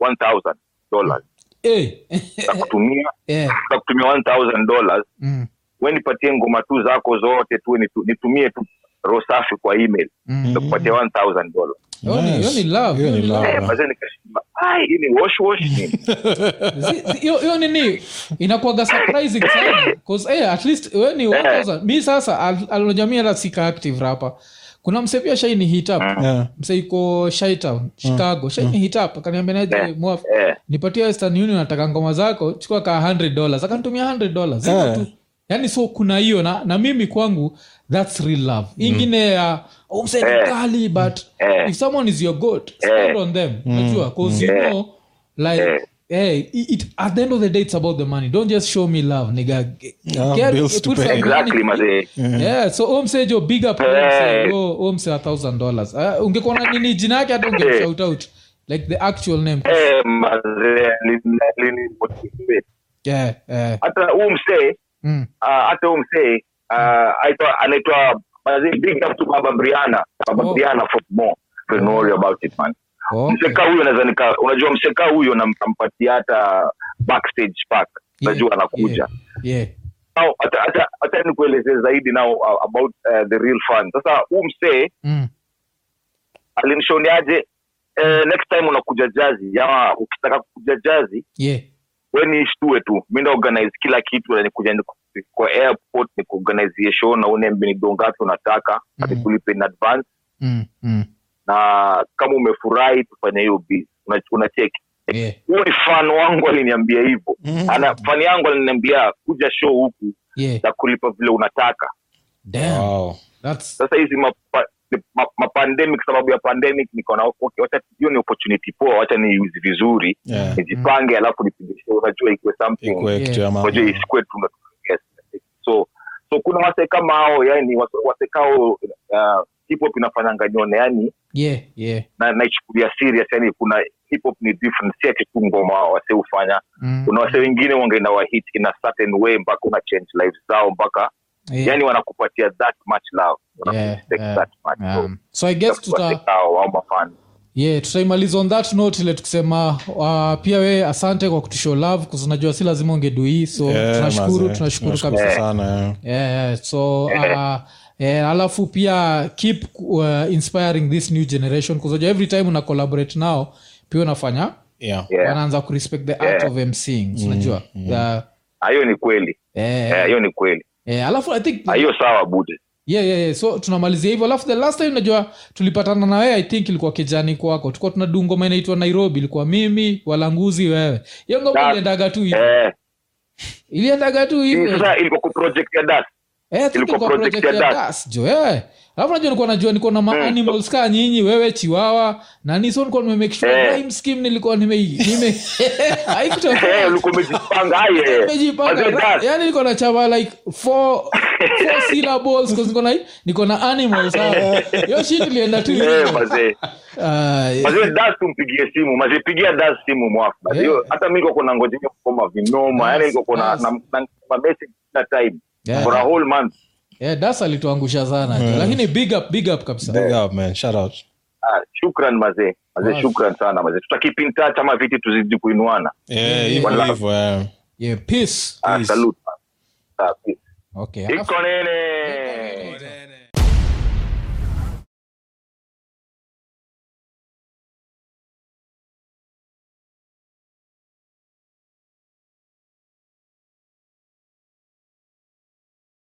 1000 dollars Eh, takutumia eh, takutumia 1000 dollars mm, we nipatie ngoma tu zako zote tu nitu- nitumie tu roho safi kwa email mm. ndakupatia 1000 dollars Hiyo ni- hiyo ni love, Hiyo ni love. Eh, mazee nikasema "Ai, hii ni wash wash ni Zi- zi- hiyo hiyo nini inakuaga surprising sana cause eh, at least we ni 1000 mi sasa al- alonjamia hata sika active rapa kuna mse pia shaini hit up Yeah. mse iko shaitown chicago shaini hit up akaniambia naje Eh. mwaf eh, nipatia western union nataka ngoma zako chukua ka 100 dollars akanitumia 100 dollars Hivyo Eh. tu yani so kuna hiyo na, na mimi kwangu thats real love Mm. ingine ya uh, Eh. msekali but Eh. if someone is your god spend on them Mm. unajua cause you Yeah. know like Eh. Hey, it, it- at the end of the day it's about the money don't just show me love nigga G- Yeah, get- Ah, bills to put pay. Eh. some money- exactly mazee Yeah, so omse jo big up oh, Eh. omse oh, a thousand dollars Ah, ungekuwa na nini jina yake hata ungemshout out like the actual name eh, mazee lini- lini- yeah, uh, yeah. hata huu msee Mm. Ah, hata huyu msee ah, aitwa- anaitwa mazee, big up to baba briana baba Oh. briana for more Don't worry about it man Okay. mseka huyo naweza nika unajua mseka huyo nam- nampatia hata backstage pack najua anakuja Yeah. Now, hata- hata- hata nikuelezee zaidi now ah, about eh, the real fun sasa huu msee Mm. alinishoniaje eh, next time unakuja jazi ama ukitaka kukuja jazi Yeah. we nishtue tu mi organize kila kitu na nikuja niku- kwa airport nikuorganizie show na uniambie ni do ngapi unataka na Mhm. nikulipe in advance Mm. Mm. na kama umefurahi tufanye hiyo biz Una- unacheki Yeah. huo ni fan wangu aliniambia hivyo Mm-hmm. Mm. ana fan yangu aliniambia kuja show huku Yeah. na kulipa vile unataka Damn. Wow. That's sasa hizi mapa- ni- ma- mapandemic sababu ya pandemic nikaona okay, wacha hiyo ni opportunity poa wacha niuzi vizuri Yeah. nijipange alafu nipige show unajua ikiwe something Ikuwe kitu ya unajua maana. isikwe tu yes. so so kuna wase kama hao yani wase- wase kao uh, hip hop inafanyanga nyone yani yeah. Yeah. na naichukulia serious yani kuna hip hop ni different si ati tu ngoma wase hufanya Mm. kuna wase wengine wange inawahit in a certain way mpaka una change lives zao mpaka Yeah. yani wanakupatia that much love Yeah, Wanakupatia yeah. that much love. Um, so i guess That's wase tuta kao au mafani yeah, tutaimaliza on that note ile tukisema uh, pia we asante kwa kutushow love kuzinajua si lazima ungeduhii so Yeah, tunashukuru mazee. tunashukuru Tunashukuru kabisa sana, yeah. yeah, so uh, yeah, alafu pia keep uh, inspiring this new generation kuzoja every time una collaborate nao pia unafanya Yeah. Yeah. wanaanza kurespect the art of mcing unajua The- Ah, hiyo ni kweli eh, Eh, hiyo ni kweli eh, alafu i think Ah, hiyo sawa bude yeah, yeah, yeah. so tunamalizia hivyo alafu the last time najua tulipatana na wewe i think ilikuwa kijani kwako tulikuwa tunadu ngoma inaitwa nairobi ilikuwa mimi walanguzi wewe hiyo ngoma That- iliendaga tu hivi eh, iliendaga tu hivi sasa ilikuwa ku project ya dust Eh, I think Ilikuwa ilikuwa project project ya Hmm. ya Das, jo, eh. alafu najua nilikuwa najua nilikuwa na maanimals kaa nyinyi wewe chiwawa nani so nilikuwa nimemake sure Eh. rhyme scheme nilikuwa nime nime Eh, haikutokea ulikuwa umejipanga aye Mazee, nimejipanga dance. yani niko na chava like four four syllables cause niko na niko na animals hapa hiyo shit ilienda tu Eh, mazee Ah, eh, mazee das tumpigie simu mazee pigia das simu mwafu mazee Yeah. hiyo- hata mi niko kuna ngojea koma vinoma yani niko kuna Das. na na- ma message kila time Yeah. for a whole month eh, das alituangusha sana jo. lakini big up big up kabisa Big up, man. Shout out. ah, shukran mazee mazee Wow. shukran sana mazee tutakipinta ama viti tuzidi kuinuana Yeah, eh. hivyo Wala- hivyo, yeah. yeah, peace ah, Peace. salute Ah, peace. okay alafu- iko nini